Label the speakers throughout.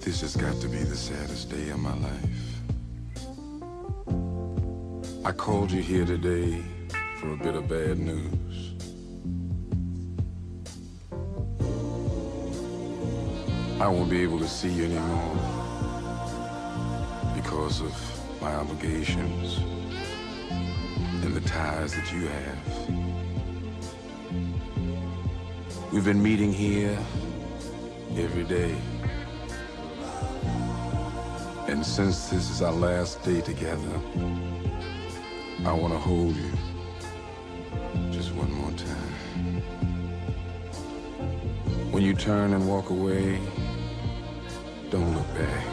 Speaker 1: This has got to be the saddest day of my life. I called you here today for a bit of bad news. I won't be able to see you anymore because of my obligations and the ties that you have. We've been meeting here every day. And since this is our last day together, I want to hold you just one more time. When you turn and walk away, don't look back.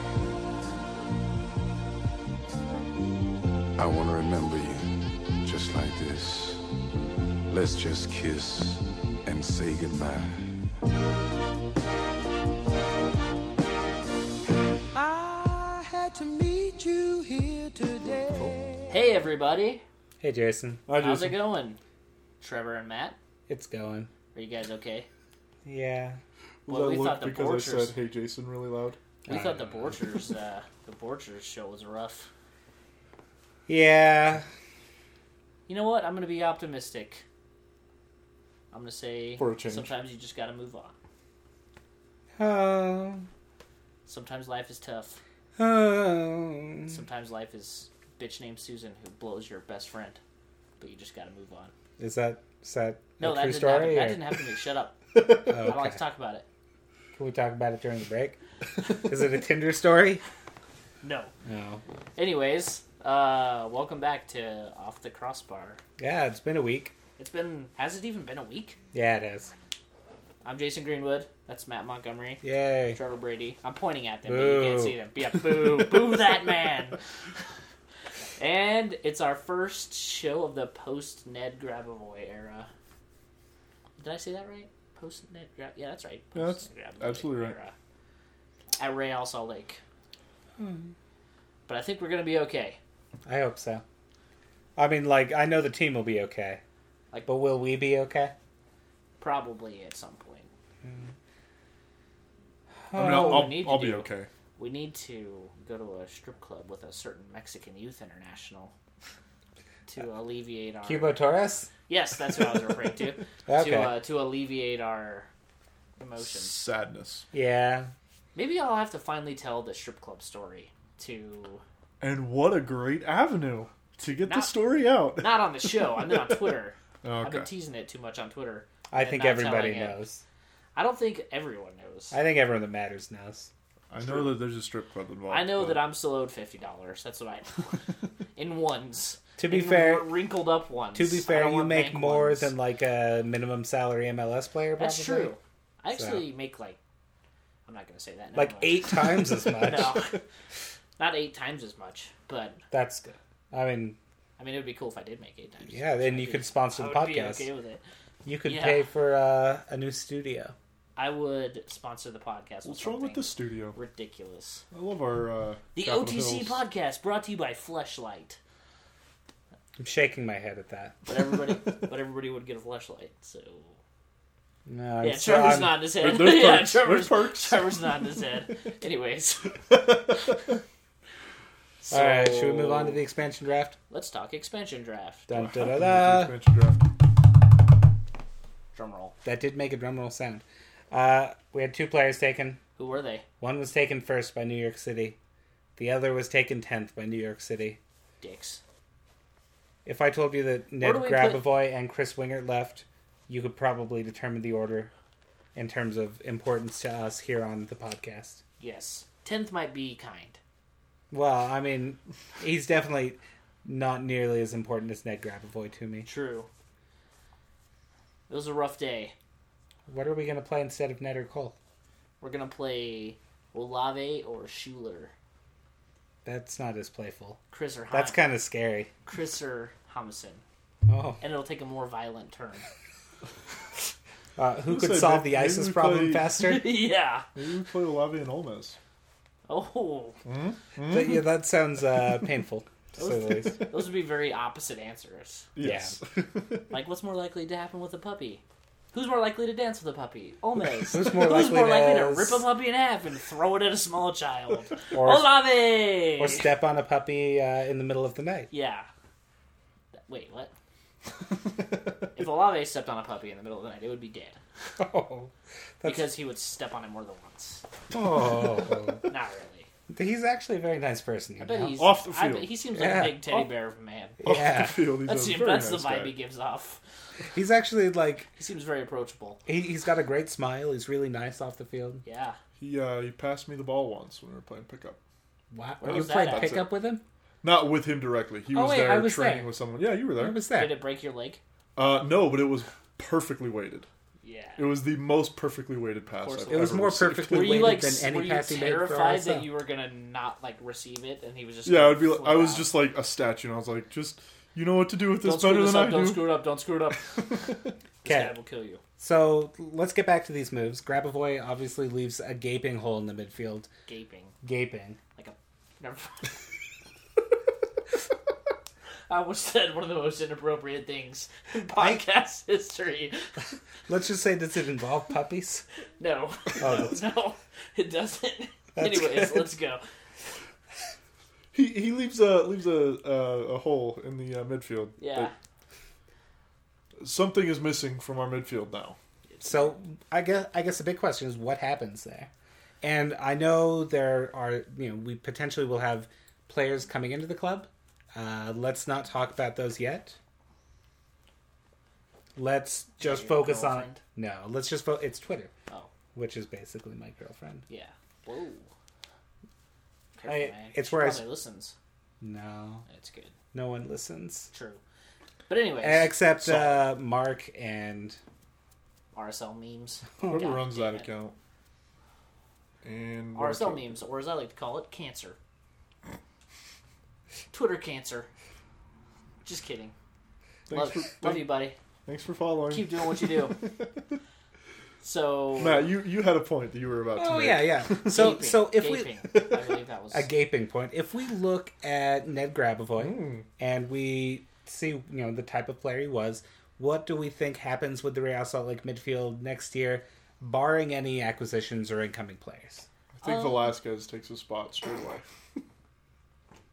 Speaker 1: I want to remember you just like this. Let's just kiss and say goodbye.
Speaker 2: Hey everybody,
Speaker 3: Hey, Jason.
Speaker 2: how's it going? Trevor and Matt,
Speaker 3: It's going.
Speaker 2: are you guys okay?
Speaker 3: Yeah.
Speaker 2: Well,
Speaker 4: that
Speaker 2: we
Speaker 4: look
Speaker 2: thought the
Speaker 4: because
Speaker 2: Borchers-
Speaker 4: I said "Hey Jason" really loud.
Speaker 2: We
Speaker 3: Uh,
Speaker 2: thought the Borchers, uh, the Borchers show was rough.
Speaker 3: Yeah.
Speaker 2: You know what? I'm gonna be optimistic. I'm gonna say
Speaker 4: For a change.
Speaker 2: sometimes you just gotta move on.
Speaker 3: Oh.
Speaker 2: Sometimes life is tough.
Speaker 3: Oh.
Speaker 2: Sometimes life is a bitch named Susan who blows your best friend, but you just gotta move on.
Speaker 3: Is that is that
Speaker 2: No,
Speaker 3: a
Speaker 2: that
Speaker 3: true
Speaker 2: didn't happen.
Speaker 3: story?
Speaker 2: That
Speaker 3: or-
Speaker 2: didn't happen to me. Shut up. I don't
Speaker 3: Oh,
Speaker 2: like
Speaker 3: okay.
Speaker 2: to talk about it.
Speaker 3: Can we talk about it during the break? is it a Tinder story?
Speaker 2: No.
Speaker 3: No.
Speaker 2: Anyways, uh, welcome back to Off the Crossbar.
Speaker 3: Yeah, it's been a week.
Speaker 2: It's been has it even been a week?
Speaker 3: Yeah, it is.
Speaker 2: I'm Jason Greenwood. That's Matt Montgomery.
Speaker 3: Yay.
Speaker 2: Trevor Brady. I'm pointing at them, but you can't
Speaker 3: Boo.
Speaker 2: see them. Yeah, boo, boo that man. And it's our first show of the post Ned Grabavoy era. Did I say that right? Post Ned Grab. Yeah, that's right.
Speaker 4: Yeah, that's
Speaker 2: Post-Ned
Speaker 4: absolutely right.
Speaker 2: era. At Real Salt Lake. But I think we're gonna be okay.
Speaker 3: I hope so. I mean, like, I know the team will be okay.
Speaker 2: Like-
Speaker 3: but will we be okay?
Speaker 2: Probably at some point.
Speaker 4: I mean,
Speaker 2: what
Speaker 4: I'll,
Speaker 2: Oh, we need
Speaker 4: I'll,
Speaker 2: to
Speaker 4: I'll be
Speaker 2: do-
Speaker 4: okay.
Speaker 2: We need to go to a strip club with a certain Mexican youth international to alleviate our
Speaker 3: Cubo Torres?
Speaker 2: Yes, that's what I was referring to.
Speaker 3: Okay.
Speaker 2: To uh, to alleviate our emotions.
Speaker 4: Sadness
Speaker 3: Yeah.
Speaker 2: Maybe I'll have to finally tell the strip club story to
Speaker 4: and what a great avenue to get the
Speaker 2: Not-
Speaker 4: story out.
Speaker 2: not on the show. I mean on Twitter. I've
Speaker 4: okay,
Speaker 2: been teasing it too much on Twitter.
Speaker 3: I
Speaker 2: and
Speaker 3: think
Speaker 2: not
Speaker 3: everybody
Speaker 2: telling it.
Speaker 3: knows.
Speaker 2: I don't think everyone knows. I,
Speaker 3: I think everyone that matters knows.
Speaker 4: I know that there's a strip club involved.
Speaker 2: know
Speaker 4: but
Speaker 2: that I'm still owed fifty dollars. That's what I know. in ones.
Speaker 3: To be
Speaker 2: In
Speaker 3: fair,
Speaker 2: wr- wrinkled up ones.
Speaker 3: To be
Speaker 2: I
Speaker 3: fair,
Speaker 2: don't
Speaker 3: you
Speaker 2: want
Speaker 3: make
Speaker 2: bank
Speaker 3: more
Speaker 2: ones.
Speaker 3: than like a minimum salary MLS player. Probably.
Speaker 2: That's true. I
Speaker 3: So-
Speaker 2: actually make like I'm not gonna say that. never
Speaker 3: Like
Speaker 2: mind.
Speaker 3: eight times as much.
Speaker 2: No, not eight times as much, but
Speaker 3: That's good. I mean,
Speaker 2: I mean, it would be cool if I did make eight times.
Speaker 3: yeah. Then you could sponsor
Speaker 2: I
Speaker 3: the
Speaker 2: would be
Speaker 3: podcast.
Speaker 2: okay with it.
Speaker 3: You could
Speaker 2: Yeah.
Speaker 3: pay for uh, a new studio.
Speaker 2: I would sponsor the podcast.
Speaker 4: what's wrong with the studio?
Speaker 2: Ridiculous.
Speaker 4: I love our uh,
Speaker 2: The
Speaker 4: Capitol
Speaker 2: OTC
Speaker 4: Hills.
Speaker 2: podcast brought to you by Fleshlight.
Speaker 3: I'm shaking my head at that.
Speaker 2: But everybody, but everybody would get a fleshlight. So
Speaker 3: No, I'm
Speaker 2: yeah,
Speaker 3: so-
Speaker 2: Trevor's
Speaker 3: I'm-
Speaker 2: not in his head.
Speaker 4: There's- there's
Speaker 2: yeah,
Speaker 4: perks.
Speaker 2: Trevor's,
Speaker 4: There's perks.
Speaker 2: Trevor's not in his head. Anyways. so,
Speaker 3: All right, should we move on to the expansion draft?
Speaker 2: Let's talk expansion draft.
Speaker 3: Dun, dun, dun, dun.
Speaker 4: Expansion draft.
Speaker 2: Drum roll.
Speaker 3: That did make a drum roll sound. Uh, we had two players taken.
Speaker 2: Who were they?
Speaker 3: One was taken first by New York City. The other was taken tenth by New York City.
Speaker 2: Dicks.
Speaker 3: If I told you that Ned
Speaker 2: do we
Speaker 3: Grabavoy and Chris Wingert left, you could probably determine the order in terms of importance to us here on the podcast.
Speaker 2: Yes. Tenth might be kind.
Speaker 3: Well, I mean, he's definitely not nearly as important as Ned Grabavoy to me.
Speaker 2: True. It was a rough day.
Speaker 3: What are we going to play instead of Ned or Cole?
Speaker 2: We're gonna play Olave or Schuler,
Speaker 3: That's not as playful.
Speaker 2: Chris or Hom-
Speaker 3: That's kind of scary.
Speaker 2: Chris or Homison,
Speaker 3: Oh,
Speaker 2: and it'll take a more violent turn.
Speaker 3: uh, who
Speaker 4: Listen,
Speaker 3: could solve
Speaker 4: maybe
Speaker 3: the ISIS
Speaker 4: we
Speaker 3: problem
Speaker 4: play-
Speaker 3: faster?
Speaker 2: yeah.
Speaker 4: Maybe we play Olave and Olmes.
Speaker 2: Oh,
Speaker 3: But yeah, that sounds uh, painful. To say the least.
Speaker 2: those would be very opposite answers.
Speaker 4: Yes.
Speaker 2: Like, what's more likely to happen with a puppy? Who's more likely to dance with a puppy? Olmes.
Speaker 3: Who's more
Speaker 2: Who's
Speaker 3: likely
Speaker 2: more
Speaker 3: to
Speaker 2: likely to
Speaker 3: as-
Speaker 2: rip a puppy in half and throw it at a small child?
Speaker 3: Or,
Speaker 2: Olave.
Speaker 3: or step on a puppy uh, in the middle of the night.
Speaker 2: Yeah. Wait, what? if Olave stepped on a puppy in the middle of the night, it would be dead
Speaker 3: Oh, that's,
Speaker 2: because he would step on it more than once.
Speaker 3: oh,
Speaker 2: Not really.
Speaker 3: he's actually a very nice person. You
Speaker 2: I bet
Speaker 3: know?
Speaker 2: he's
Speaker 4: Off the
Speaker 2: I bet
Speaker 4: field.
Speaker 2: he seems like
Speaker 3: Yeah.
Speaker 2: a big teddy
Speaker 3: Off-
Speaker 2: bear of a man.
Speaker 3: yeah,
Speaker 4: field, he's
Speaker 2: That's
Speaker 4: a
Speaker 2: the,
Speaker 4: very
Speaker 2: that's
Speaker 4: nice
Speaker 2: the vibe
Speaker 4: guy.
Speaker 2: he gives off.
Speaker 3: he's actually like
Speaker 2: He seems very approachable.
Speaker 3: he, he's got a great smile. He's really nice off the field.
Speaker 2: Yeah.
Speaker 4: He uh, he passed me the ball once when we were playing pickup.
Speaker 3: Wow,
Speaker 2: Where
Speaker 3: you
Speaker 2: was that
Speaker 3: played
Speaker 2: at?
Speaker 3: pickup with him?
Speaker 4: Not with him directly. He
Speaker 3: Oh,
Speaker 4: was
Speaker 3: wait,
Speaker 4: there
Speaker 3: I was
Speaker 4: training
Speaker 3: there.
Speaker 4: with someone. Yeah, you were
Speaker 3: Where
Speaker 4: there.
Speaker 3: was that?
Speaker 2: Did it break your leg?
Speaker 4: Uh, no, but it was perfectly weighted.
Speaker 2: Yeah.
Speaker 4: It was the most perfectly weighted pass.
Speaker 2: course
Speaker 4: I've
Speaker 2: it
Speaker 3: It was
Speaker 4: ever
Speaker 3: more
Speaker 4: received.
Speaker 3: perfectly
Speaker 2: Were you
Speaker 3: weighted
Speaker 2: like
Speaker 3: than
Speaker 2: s-
Speaker 3: any
Speaker 2: were you
Speaker 3: pass he made for
Speaker 2: terrified
Speaker 3: RSL.
Speaker 2: that you were gonna not like receive it and he was just
Speaker 4: Yeah, I
Speaker 2: gonna
Speaker 4: would be. Like,
Speaker 2: flip
Speaker 4: I was
Speaker 2: out?
Speaker 4: just like a statue, and I was like, just you know what to do with this
Speaker 2: don't
Speaker 4: better
Speaker 2: screw this
Speaker 4: than
Speaker 2: up,
Speaker 4: I
Speaker 2: don't
Speaker 4: do.
Speaker 2: screw it up, don't screw it up. This
Speaker 3: Okay.
Speaker 2: guy will kill you.
Speaker 3: So let's get back to these moves. Grabavoy obviously leaves a gaping hole in the midfield.
Speaker 2: Gaping.
Speaker 3: Gaping.
Speaker 2: Like a never I almost said one of the most inappropriate things in podcast history.
Speaker 3: Let's just say, does it involve puppies?
Speaker 2: No.
Speaker 3: Oh,
Speaker 2: no, it doesn't.
Speaker 3: That's
Speaker 2: Anyways,
Speaker 3: good.
Speaker 2: let's go.
Speaker 4: He he leaves a leaves a uh, a hole in the uh, midfield.
Speaker 2: Yeah.
Speaker 4: But something is missing from our midfield now.
Speaker 3: So I guess I guess the big question is what happens there. And I know there are you know we potentially will have players coming into the club. Uh, let's not talk about those yet. Let's just
Speaker 2: Your
Speaker 3: focus
Speaker 2: girlfriend?
Speaker 3: on no. Let's just fo- it's Twitter,
Speaker 2: Oh,
Speaker 3: which is basically my girlfriend.
Speaker 2: yeah. Whoa. Careful,
Speaker 3: I-
Speaker 2: man.
Speaker 3: it's
Speaker 2: She
Speaker 3: where I
Speaker 2: probably
Speaker 3: s-
Speaker 2: listens.
Speaker 3: No,
Speaker 2: That's good.
Speaker 3: no one listens
Speaker 2: True. But anyways,
Speaker 3: except
Speaker 2: so-
Speaker 3: uh, Mark and
Speaker 2: RSL memes.
Speaker 4: Whoever
Speaker 2: God
Speaker 4: runs
Speaker 2: damn
Speaker 4: that
Speaker 2: it.
Speaker 4: account. And
Speaker 2: RSL memes, or as I like to call it, cancer. Twitter cancer. Just kidding.
Speaker 4: Thanks
Speaker 2: Love,
Speaker 4: for,
Speaker 2: love you, buddy.
Speaker 4: thanks for following.
Speaker 2: Keep doing what you do. So.
Speaker 4: Matt, you, you had a point that you were about to
Speaker 3: oh
Speaker 4: make.
Speaker 3: yeah yeah. So
Speaker 2: gaping,
Speaker 3: so if we
Speaker 2: gaping. I believe that was.
Speaker 3: a gaping point. If we look at Ned Grabavoy
Speaker 4: Mm.
Speaker 3: and we see, you know, the type of player he was, what do we think happens with the Real Salt Lake midfield next year, barring any acquisitions or incoming players?
Speaker 4: I
Speaker 2: Um,
Speaker 4: think Velasquez takes a spot straight away.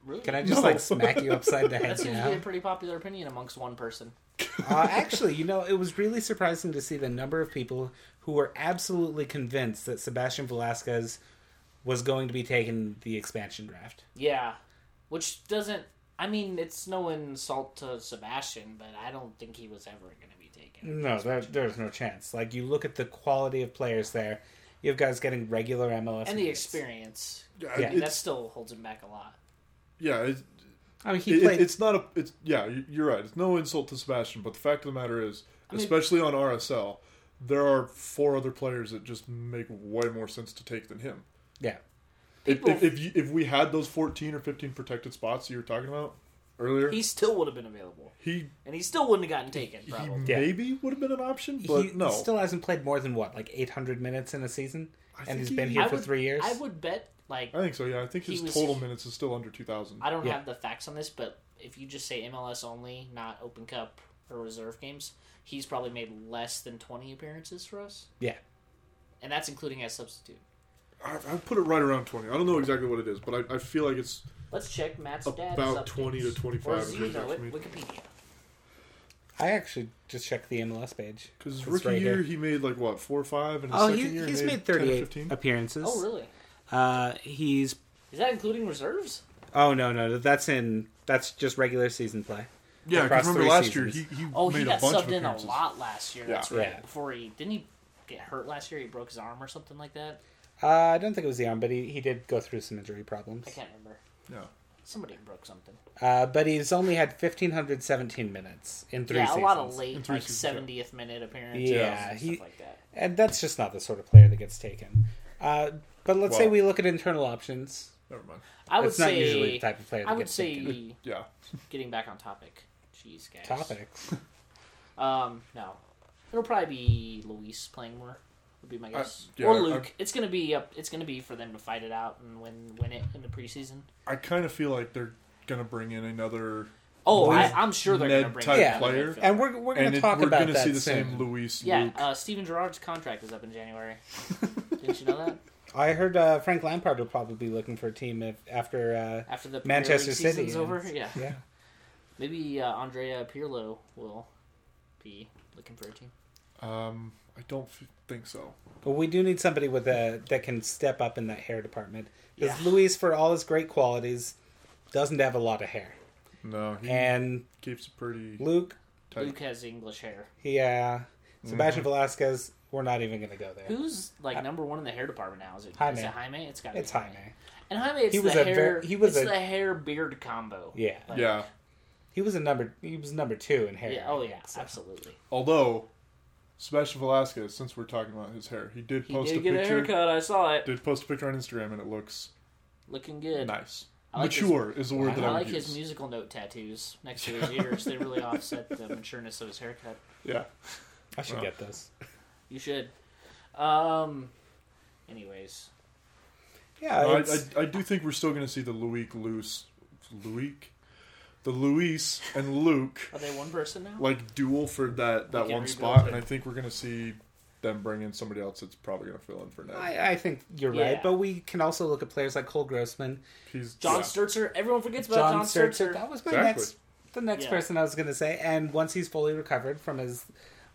Speaker 2: Really?
Speaker 3: Can I just
Speaker 4: No.
Speaker 3: like smack you upside the head
Speaker 2: That seems to
Speaker 3: now?
Speaker 2: be a pretty popular opinion amongst one person.
Speaker 3: Uh, actually, you know, it was really surprising to see the number of people who were absolutely convinced that Sebastian Velasquez was going to be taken the expansion draft.
Speaker 2: Yeah, which doesn't. I mean, it's no insult to Sebastian, but I don't think he was ever going to be taken.
Speaker 3: No, there, there's no chance. Like you look at the quality of players there. You have guys getting regular MLS
Speaker 2: And the
Speaker 3: minutes.
Speaker 2: experience,
Speaker 4: Yeah,
Speaker 3: Yeah.
Speaker 2: I mean, that
Speaker 4: it's,
Speaker 2: still holds him back a lot.
Speaker 4: yeah it's,
Speaker 3: I mean,
Speaker 4: it,
Speaker 3: he played.
Speaker 4: it's not a. It's yeah, you- you're right. It's no insult to Sebastian, but the fact of the matter is,
Speaker 2: mean-
Speaker 4: especially on RSL, there are four other players that just make way more sense to take than him.
Speaker 3: yeah,
Speaker 4: If
Speaker 2: People-
Speaker 4: if, if, you, if we had those 14 or 15 protected spots you were talking about earlier,
Speaker 2: He still would have been available,
Speaker 4: he
Speaker 2: and he still wouldn't have gotten taken.
Speaker 4: he
Speaker 2: Probably.
Speaker 3: Yeah.
Speaker 4: maybe would have been an option, but
Speaker 3: he
Speaker 4: no.
Speaker 3: still hasn't played more than what, like 800 minutes in a season,
Speaker 4: I
Speaker 3: and
Speaker 4: think
Speaker 3: he's
Speaker 4: he-
Speaker 3: been here
Speaker 2: I
Speaker 3: for
Speaker 2: would-
Speaker 3: three years.
Speaker 2: I would bet, like,
Speaker 4: I think so. Yeah, I think
Speaker 2: He
Speaker 4: his
Speaker 2: was-
Speaker 4: total minutes is still under 2,000.
Speaker 2: I don't
Speaker 3: Yeah.
Speaker 2: have the facts on this, but if you just say MLS only, not Open Cup or reserve games, he's probably made less than twenty appearances for us,
Speaker 3: Yeah,
Speaker 2: and that's including as substitute.
Speaker 4: I, I put it right around 20. I don't know exactly what it is, but I, I feel like it's
Speaker 2: Let's check Matt's dad.
Speaker 4: about 20 to 25.
Speaker 2: Or
Speaker 4: is what it
Speaker 2: Zeno,
Speaker 4: actually means.
Speaker 2: Wikipedia.
Speaker 3: I actually just checked the MLS page.
Speaker 4: Because his
Speaker 3: It's
Speaker 4: rookie
Speaker 3: right
Speaker 4: year,
Speaker 3: here.
Speaker 4: he made like what four or five, and his
Speaker 3: Oh,
Speaker 4: second
Speaker 3: he,
Speaker 4: year
Speaker 3: he's
Speaker 4: he
Speaker 3: made
Speaker 4: 10 or
Speaker 3: 38
Speaker 4: 15.
Speaker 3: appearances.
Speaker 2: Oh, really?
Speaker 3: Uh, he's
Speaker 2: Is that including reserves?
Speaker 3: oh no no that's in that's just regular season play.
Speaker 4: Yeah,
Speaker 3: across
Speaker 4: because remember
Speaker 3: three
Speaker 4: last year
Speaker 3: seasons.
Speaker 4: he, he
Speaker 2: Oh,
Speaker 4: made
Speaker 2: he got
Speaker 4: a bunch
Speaker 2: subbed
Speaker 4: of
Speaker 2: in a
Speaker 4: appearances.
Speaker 2: lot last year.
Speaker 4: Yeah.
Speaker 2: That's right.
Speaker 3: Yeah.
Speaker 2: Before he didn't he get hurt last year? He broke his arm or something like that.
Speaker 3: Uh, I don't think it was the arm, but he, he did go through some injury problems.
Speaker 2: I can't remember.
Speaker 4: Yeah,
Speaker 2: Somebody broke something.
Speaker 3: Uh, but he's only had 1517 minutes in three
Speaker 2: yeah,
Speaker 3: seasons.
Speaker 2: a lot of late,
Speaker 4: three
Speaker 2: like
Speaker 4: seasons, yeah.
Speaker 2: seventieth minute appearances
Speaker 3: Yeah,
Speaker 2: and
Speaker 3: he-
Speaker 2: stuff like that.
Speaker 3: And that's just not the sort of player that gets taken. Uh, but let's say
Speaker 4: Well-
Speaker 3: we look at internal options.
Speaker 4: never mind.
Speaker 2: I would
Speaker 3: It's not
Speaker 2: say.
Speaker 3: usually the type of player that
Speaker 2: I would
Speaker 3: gets taken.
Speaker 2: say
Speaker 4: Yeah,
Speaker 2: getting back on topic. Jeez, guys.
Speaker 3: Topics.
Speaker 2: Um, no, it'll probably be Luis playing more. Would be my guess.
Speaker 4: Uh, yeah,
Speaker 2: or
Speaker 4: I-
Speaker 2: Luke. it's gonna be up. It's gonna be for them to fight it out and win win it in the preseason.
Speaker 4: I kind of feel like they're gonna bring in another
Speaker 2: Oh, I,
Speaker 4: Luis
Speaker 2: I'm sure they're going to
Speaker 4: Ned
Speaker 2: bring
Speaker 4: type
Speaker 2: back
Speaker 3: player.
Speaker 2: Redfield.
Speaker 3: And we're we're going
Speaker 4: and
Speaker 3: to
Speaker 4: it-
Speaker 3: talk
Speaker 4: we're
Speaker 3: about
Speaker 4: gonna
Speaker 3: that
Speaker 4: see the
Speaker 3: soon.
Speaker 4: same Luis.
Speaker 2: yeah,
Speaker 4: Luke.
Speaker 2: uh, Steven Gerrard's contract is up in January. Didn't you know that?
Speaker 3: I heard uh, Frank Lampard will probably be looking for a team if, after. Uh,
Speaker 2: After the Premier
Speaker 3: Manchester
Speaker 2: League
Speaker 3: City
Speaker 2: season's
Speaker 3: and-
Speaker 2: over, yeah.
Speaker 3: yeah,
Speaker 2: Maybe uh, Andrea Pirlo will be looking for a team.
Speaker 4: um, I don't f- think so.
Speaker 3: but we do need somebody with a that can step up in that hair department because
Speaker 2: Yeah.
Speaker 3: Luis, for all his great qualities, doesn't have a lot of hair.
Speaker 4: No, he
Speaker 3: And
Speaker 4: keeps it pretty
Speaker 3: Luke,
Speaker 4: tight.
Speaker 2: Luke has English hair.
Speaker 3: yeah, Sebastian Velasquez, we're not even going to go there.
Speaker 2: Who's like number one in the hair department now? Is it
Speaker 3: Jaime.
Speaker 2: is it Jaime? It's got
Speaker 3: It's
Speaker 2: be
Speaker 3: Jaime.
Speaker 2: And Jaime, it's
Speaker 3: He was
Speaker 2: the
Speaker 3: a
Speaker 2: hair.
Speaker 3: ver- he was
Speaker 2: it's
Speaker 3: a-
Speaker 2: the hair beard combo.
Speaker 3: Yeah,
Speaker 2: Like,
Speaker 4: Yeah,
Speaker 3: he was a number. He was number two in hair.
Speaker 2: yeah. Oh yeah,
Speaker 3: So-
Speaker 2: absolutely.
Speaker 4: although Sebastian Velasquez, since we're talking about his hair, he did
Speaker 2: He
Speaker 4: post
Speaker 2: did
Speaker 4: a
Speaker 2: get a
Speaker 4: picture.
Speaker 2: haircut. I saw it.
Speaker 4: Did post a picture on Instagram, and it looks
Speaker 2: Looking good.
Speaker 4: nice.
Speaker 2: I like his-
Speaker 4: Mature is the word that
Speaker 2: I
Speaker 4: I would
Speaker 2: like
Speaker 4: use.
Speaker 2: his musical note tattoos next to his ears. They really offset the matureness of his haircut.
Speaker 4: Yeah,
Speaker 3: I should
Speaker 4: Well.
Speaker 3: get this.
Speaker 2: You should. Um. Anyways,
Speaker 3: Yeah,
Speaker 4: No, I,
Speaker 3: it's-
Speaker 4: I, I do think we're still going to see the Luik loose, Luik, the Luis and Luke
Speaker 2: are they one person now?
Speaker 4: like duel for that that
Speaker 2: can
Speaker 4: one
Speaker 2: rebuild
Speaker 4: spot,
Speaker 2: it.
Speaker 4: and I think we're going to see them bring in somebody else that's probably going to fill in for now.
Speaker 3: I, I think you're
Speaker 2: Yeah.
Speaker 3: right, but we can also look at players like Cole Grossman,
Speaker 4: He's
Speaker 2: John
Speaker 4: yeah.
Speaker 2: Sturzer. Everyone forgets about
Speaker 3: John,
Speaker 2: John,
Speaker 3: Surtur.
Speaker 2: Sturzer.
Speaker 3: That was my
Speaker 4: Exactly.
Speaker 3: next, the next
Speaker 2: Yeah.
Speaker 3: person I was going to say. And once he's fully recovered from his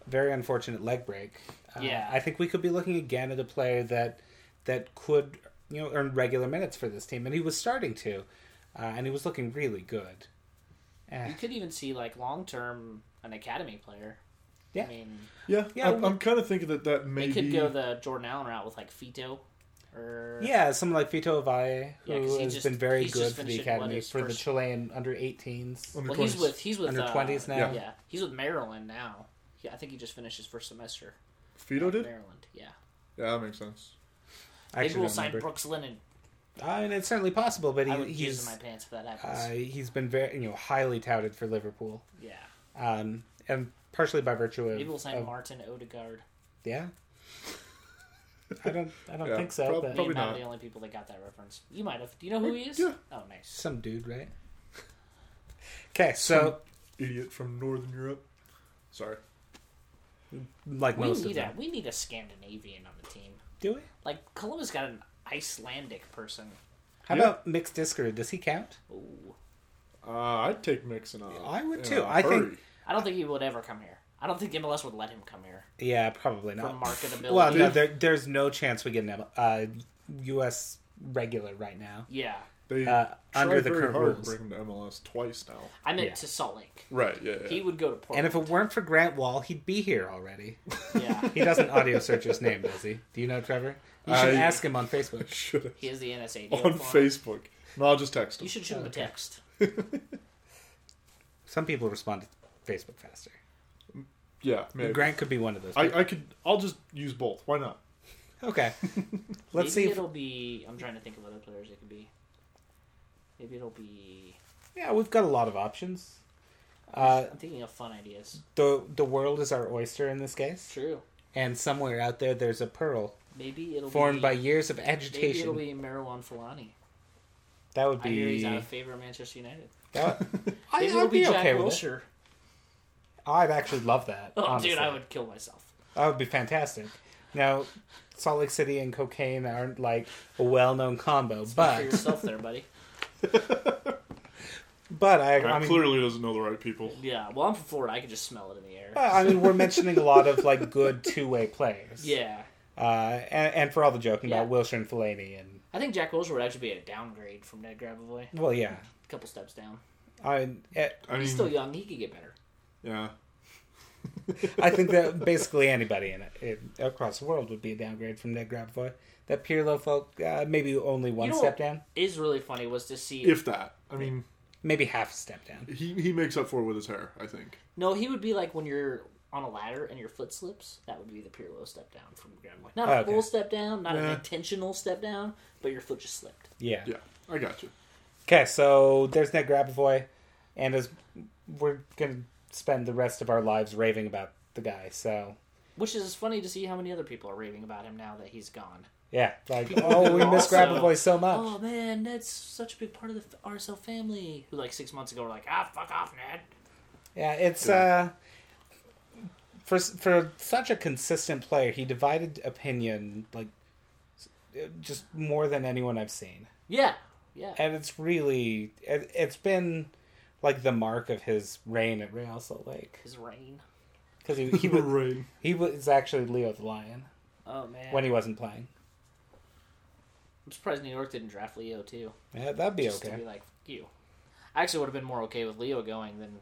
Speaker 3: very unfortunate leg break, uh,
Speaker 2: Yeah.
Speaker 3: I think we could be looking again at a player that that could you know earn regular minutes for this team, and he was starting to, uh, and he was looking really good. Eh,
Speaker 2: You could even see like long term an academy player.
Speaker 3: Yeah.
Speaker 2: I mean,
Speaker 4: Yeah,
Speaker 3: Yeah,
Speaker 4: I'm,
Speaker 3: we-
Speaker 4: I'm kind of thinking that that may
Speaker 2: they could
Speaker 4: be-
Speaker 2: go the Jordan Allen route with like Fito, or
Speaker 3: yeah, someone like Vito Avalle,
Speaker 2: Yeah, 'cause
Speaker 3: who
Speaker 2: he
Speaker 3: has
Speaker 2: just-
Speaker 3: been very
Speaker 2: he's
Speaker 3: good
Speaker 2: just
Speaker 3: for the
Speaker 2: finishing, what,
Speaker 3: academy
Speaker 2: his
Speaker 3: for the
Speaker 2: first-
Speaker 3: Chilean under 18s.
Speaker 4: on the
Speaker 2: Well, he's
Speaker 4: 20s.
Speaker 2: with he's with
Speaker 3: Under
Speaker 2: uh,
Speaker 3: 20s now.
Speaker 2: Yeah. he's with Maryland now. Yeah, I think he just finished his first semester.
Speaker 4: Fido
Speaker 2: at
Speaker 4: did.
Speaker 2: Maryland. Yeah,
Speaker 4: Yeah, that makes sense.
Speaker 3: I
Speaker 2: maybe
Speaker 3: actually
Speaker 2: we'll
Speaker 3: don't
Speaker 2: sign
Speaker 3: remember.
Speaker 2: Brooks Lennon.
Speaker 3: I mean, it's certainly possible, but he,
Speaker 2: I would jizz in
Speaker 3: he's
Speaker 2: my pants if that happens.
Speaker 3: uh, he's been very you know highly touted for Liverpool,
Speaker 2: yeah,
Speaker 3: um, and partially by virtue of,
Speaker 2: maybe we'll sign
Speaker 3: of-
Speaker 2: Martin Odegaard.
Speaker 3: yeah. I don't I don't
Speaker 4: Yeah,
Speaker 3: think so,
Speaker 4: prob-
Speaker 3: but
Speaker 2: Me
Speaker 4: probably
Speaker 2: and Matt
Speaker 4: not.
Speaker 2: are the only people that got that reference. You might have. Do you know who he is?
Speaker 4: Yeah.
Speaker 2: Oh, nice.
Speaker 3: some dude, right? Okay, so
Speaker 4: Idiot from Northern Europe. Sorry.
Speaker 3: like
Speaker 2: We
Speaker 3: most of
Speaker 2: need a
Speaker 3: them,
Speaker 2: we need a Scandinavian on the team.
Speaker 3: do we?
Speaker 2: Like Columbus got an Icelandic person.
Speaker 3: How
Speaker 4: Yeah.
Speaker 3: about Mix Discord? Does he count?
Speaker 2: Ooh.
Speaker 4: Uh, I'd take Mixon on.
Speaker 3: I would
Speaker 4: in
Speaker 3: too.
Speaker 4: a
Speaker 3: I think-
Speaker 4: hurry.
Speaker 2: I don't think he would ever come here. I don't think MLS would let him come here
Speaker 3: Yeah, probably
Speaker 2: for
Speaker 3: not.
Speaker 2: marketability.
Speaker 3: Well, no, there, there's no chance we get an uh, U.S. regular right now.
Speaker 2: yeah,
Speaker 4: they
Speaker 3: uh,
Speaker 4: tried
Speaker 3: under the
Speaker 4: very
Speaker 3: current
Speaker 4: hard
Speaker 3: rules.
Speaker 4: to bring him to MLS twice now.
Speaker 2: I meant
Speaker 3: Yeah.
Speaker 2: to Salt Lake.
Speaker 4: Right. Yeah. yeah.
Speaker 2: He would go to
Speaker 3: And
Speaker 2: Portland.
Speaker 3: if it weren't for Grant Wall, he'd be here already.
Speaker 2: yeah,
Speaker 3: He doesn't audio search his name, does he? Do you know Trevor? You should
Speaker 4: I-
Speaker 3: ask him on Facebook.
Speaker 4: should
Speaker 2: he has the NSA deal
Speaker 4: on
Speaker 2: for him.
Speaker 4: Facebook. No, I'll just text him.
Speaker 2: You should shoot him a text.
Speaker 3: Some people respond to Facebook faster.
Speaker 4: Yeah, maybe.
Speaker 3: Grant could be one of those.
Speaker 4: I, I could. I'll just use both. Why not?
Speaker 3: okay. Let's
Speaker 2: Maybe
Speaker 3: see. If,
Speaker 2: it'll be. I'm trying to think of other players it could be. Maybe it'll be.
Speaker 3: yeah, we've got a lot of options. Uh,
Speaker 2: I'm thinking of fun ideas.
Speaker 3: the the world is our oyster in this case,
Speaker 2: True.
Speaker 3: and somewhere out there there's a pearl
Speaker 2: Maybe it'll
Speaker 3: formed
Speaker 2: be,
Speaker 3: by years of
Speaker 2: Maybe it'll
Speaker 3: agitation.
Speaker 2: be Marwan Fulani.
Speaker 3: that would
Speaker 2: I hear he's
Speaker 3: be.
Speaker 2: out of favor of Manchester United.
Speaker 3: that would- I,
Speaker 2: Maybe
Speaker 3: I'd
Speaker 2: it'll
Speaker 3: be,
Speaker 2: be Jack
Speaker 3: okay with it.
Speaker 2: Wilshere.
Speaker 3: I'd actually love that.
Speaker 2: Oh,
Speaker 3: honestly.
Speaker 2: dude, I would kill myself.
Speaker 3: That would be fantastic. Now, Salt Lake City and cocaine aren't like a well-known combo,
Speaker 2: For
Speaker 3: but
Speaker 2: yourself there, buddy.
Speaker 3: but I,
Speaker 4: Grant
Speaker 3: I mean,
Speaker 4: clearly doesn't know the right people.
Speaker 2: Yeah, well, I'm from Florida. I can just smell it in the air.
Speaker 3: Well, I mean, we're mentioning a lot of like good two-way players.
Speaker 2: Yeah.
Speaker 3: Uh, and, and for all the joking about
Speaker 2: Yeah.
Speaker 3: Wilshire and Fellaini, and
Speaker 2: I think Jack Wilshere would actually be a downgrade from Ned Grabavoy.
Speaker 3: well, yeah,
Speaker 2: A couple steps down.
Speaker 3: I mean, eh,
Speaker 4: I mean,
Speaker 2: He's still young. He could get better.
Speaker 4: yeah.
Speaker 3: I think that basically anybody in it, in- across the world would be a downgrade from Ned Grabavoy. That Pirlo folk, uh, maybe only one
Speaker 2: You know
Speaker 3: step
Speaker 2: what-
Speaker 3: down,
Speaker 2: Is really funny was to see.
Speaker 4: If that. I mean,
Speaker 3: maybe half a step down.
Speaker 4: he he makes up for it with his hair. I think.
Speaker 2: No, he would be like when you're on a ladder and your foot slips. That would be the Pirlo step down from Grabavoy. Not a
Speaker 3: Oh, Okay.
Speaker 2: full step down, not
Speaker 4: Yeah.
Speaker 2: an intentional step down, but your foot just slipped.
Speaker 3: Yeah.
Speaker 4: Yeah, I got you.
Speaker 3: Okay, so there's Ned Grabavoy, and as we're gonna spend the rest of our lives raving about the guy, so
Speaker 2: Which is funny to see how many other people are raving about him now that he's gone.
Speaker 3: Yeah, like oh, we miss
Speaker 2: Also-
Speaker 3: Grabovoy so much.
Speaker 2: Oh man, Ned's such a big part of the f- RSL family. Who like six months ago were like, ah, fuck off, Ned.
Speaker 3: Yeah, it's uh for for such a consistent player, he divided opinion like s- just more than anyone I've seen,
Speaker 2: Yeah, yeah.
Speaker 3: and it's really it, it's been like the mark of his reign at Real Salt Lake
Speaker 2: His reign.
Speaker 3: because he he was, he was actually Leo the Lion
Speaker 2: Oh man.
Speaker 3: when he wasn't playing.
Speaker 2: I'm surprised New York didn't draft Leo too.
Speaker 3: Yeah, that'd be
Speaker 2: Just to
Speaker 3: okay.
Speaker 2: be like, "Fuck you. I actually would have been more okay with Leo going than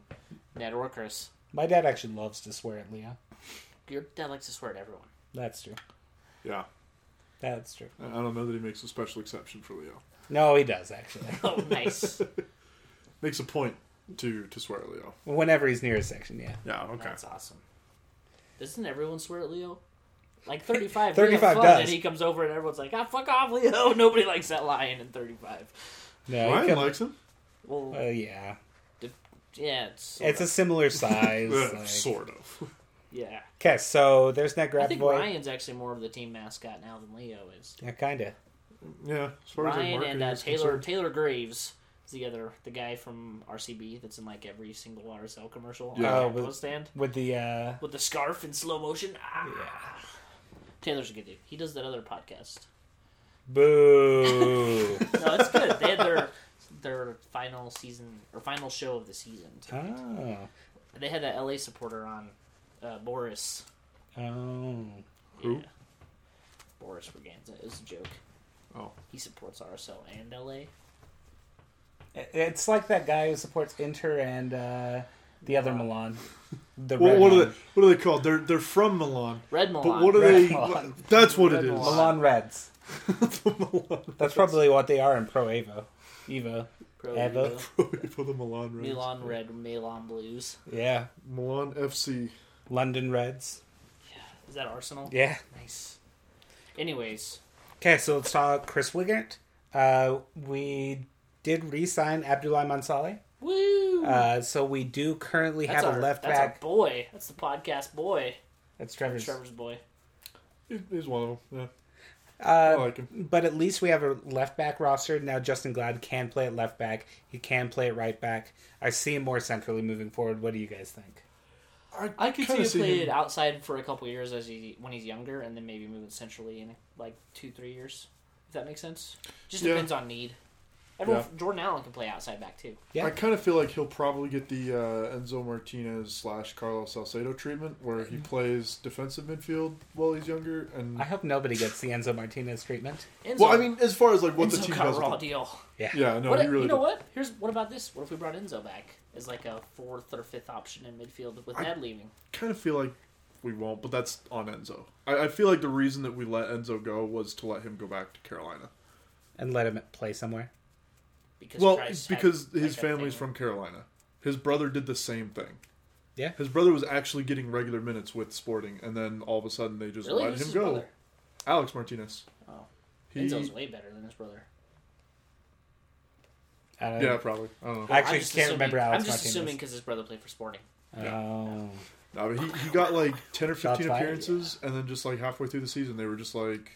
Speaker 2: Ned or Chris.
Speaker 3: My dad actually loves to swear at Leo.
Speaker 2: Your dad likes to swear at everyone.
Speaker 3: That's true.
Speaker 4: Yeah,
Speaker 3: That's true.
Speaker 4: I I don't know that he makes a special exception for Leo.
Speaker 3: No, he does actually.
Speaker 2: Oh, nice.
Speaker 4: Makes a point to to swear at Leo.
Speaker 3: Whenever he's near a section, yeah.
Speaker 4: Yeah, okay.
Speaker 2: That's awesome. Doesn't everyone swear at Leo? Like
Speaker 3: 35
Speaker 2: 35. 35
Speaker 3: does.
Speaker 2: And he comes over and everyone's like, ah, fuck off, Leo. Nobody likes that lion in 35.
Speaker 3: No, he
Speaker 4: Ryan
Speaker 3: come-
Speaker 4: likes him.
Speaker 2: Well,
Speaker 3: Well, yeah.
Speaker 2: yeah, it's.
Speaker 3: It's a similar size.
Speaker 4: Eh,
Speaker 3: like-
Speaker 4: sort of.
Speaker 2: yeah.
Speaker 3: Okay, so there's Net
Speaker 2: I
Speaker 3: Grab
Speaker 2: think
Speaker 3: Boy.
Speaker 2: Ryan's actually more of the team mascot now than Leo is.
Speaker 3: Yeah, kinda.
Speaker 4: Yeah, as far as like
Speaker 2: Ryan
Speaker 4: marketing
Speaker 2: and uh,
Speaker 4: is
Speaker 2: Taylor
Speaker 4: concerned.
Speaker 2: Taylor Graves is the other the guy from RCB that's in like every single RSL commercial on
Speaker 3: Yeah.
Speaker 2: the
Speaker 3: Oh, with-
Speaker 2: photo stand
Speaker 3: With the uh
Speaker 2: with the scarf in slow motion. Ah. Taylor's a good dude. He does that other podcast.
Speaker 3: Boo.
Speaker 2: No, it's good. they had their their final season or final show of the season.
Speaker 3: oh.
Speaker 2: They had a LA supporter on uh, Boris.
Speaker 3: Oh.
Speaker 4: Who?
Speaker 2: Yeah. Boris Braganza. It was a joke.
Speaker 4: Oh.
Speaker 2: He supports RSL and LA.
Speaker 3: It- It's like that guy who supports Inter and uh the other Milan. The
Speaker 4: Well,
Speaker 3: red
Speaker 4: what are
Speaker 3: one.
Speaker 4: they? What are they called? They're they're from Milan.
Speaker 2: Red Milan.
Speaker 4: But what are
Speaker 3: Red
Speaker 4: they?
Speaker 3: Milan.
Speaker 4: what- That's what
Speaker 2: Red
Speaker 4: it is.
Speaker 3: Milan Reds.
Speaker 4: The Milan.
Speaker 3: That's probably what they are in Pro Evo. Evo.
Speaker 2: Pro
Speaker 3: Evo.
Speaker 2: Evo.
Speaker 4: For the Milan Reds.
Speaker 2: Milan Red, Milan Blues.
Speaker 3: Yeah.
Speaker 4: Milan FC.
Speaker 3: London Reds.
Speaker 2: Is that Arsenal?
Speaker 3: Yeah.
Speaker 2: Nice. Anyways,
Speaker 3: Okay, so let's talk Chris Wigant. Uh we did re-sign Abdullah Mansali.
Speaker 2: woo!
Speaker 3: Uh, so we do currently
Speaker 2: that's
Speaker 3: have
Speaker 2: our,
Speaker 3: a left
Speaker 2: that's
Speaker 3: back.
Speaker 2: our boy. That's the podcast boy.
Speaker 3: That's Trevor's.
Speaker 2: Trevor's boy.
Speaker 4: He- He's one of them. Yeah, I
Speaker 3: Uh,
Speaker 4: like him.
Speaker 3: but at least we have a left back roster now. Justin Glad can play at left back. He can play at right back. I see him more centrally moving forward. What do you guys think?
Speaker 2: I could see
Speaker 4: kinda
Speaker 2: him play
Speaker 4: him-
Speaker 2: it outside for a couple years as he when he's younger, and then maybe move it centrally in like two three years. If that makes sense, just
Speaker 4: Yeah.
Speaker 2: depends on need. Everyone,
Speaker 4: Yeah.
Speaker 2: Jordan Allen can play outside back too.
Speaker 3: Yeah.
Speaker 4: I kind of feel like he'll probably get the uh, Enzo Martinez slash Carlos Salcedo treatment, where
Speaker 2: Mm-hmm.
Speaker 4: he plays defensive midfield while he's younger. And
Speaker 3: I hope nobody gets the Enzo Martinez treatment.
Speaker 2: Enzo,
Speaker 4: well, I mean, as far as like what
Speaker 2: Enzo
Speaker 4: the team
Speaker 2: got a
Speaker 4: does,
Speaker 2: raw
Speaker 4: with him.
Speaker 2: deal.
Speaker 4: yeah, no,
Speaker 2: what,
Speaker 4: he really.
Speaker 2: you know
Speaker 4: did.
Speaker 2: what? Here's what about this? What if we brought Enzo back as like a fourth or fifth option in midfield with
Speaker 4: I-
Speaker 2: Ned leaving?
Speaker 4: Kind of feel like we won't, but that's on Enzo. I, I feel like the reason that we let Enzo go was to let him go back to Carolina.
Speaker 3: And let him play somewhere.
Speaker 2: Because
Speaker 4: Well,
Speaker 2: Christ had,
Speaker 4: because
Speaker 2: like,
Speaker 4: his
Speaker 2: a
Speaker 4: family's
Speaker 2: thing.
Speaker 4: from Carolina. His brother did the same thing.
Speaker 3: Yeah.
Speaker 4: His brother was actually getting regular minutes with Sporting, and then all of a sudden they just
Speaker 2: Really?
Speaker 4: let
Speaker 2: Who's
Speaker 4: him
Speaker 2: his
Speaker 4: go.
Speaker 2: brother?
Speaker 4: Alex Martinez.
Speaker 2: Oh.
Speaker 4: He-
Speaker 2: Enzo's way better than his brother.
Speaker 3: I don't
Speaker 4: yeah, probably. I don't know.
Speaker 3: I actually
Speaker 2: I'm
Speaker 3: can't
Speaker 2: just assuming-
Speaker 3: remember Alex
Speaker 2: I'm just
Speaker 3: Martinez.
Speaker 2: assuming because his brother played for Sporting.
Speaker 3: Oh.
Speaker 4: No, but he, he got like 10 or
Speaker 3: Shots
Speaker 4: 15
Speaker 3: fired,
Speaker 4: appearances, and then just like halfway through the season, they were just like,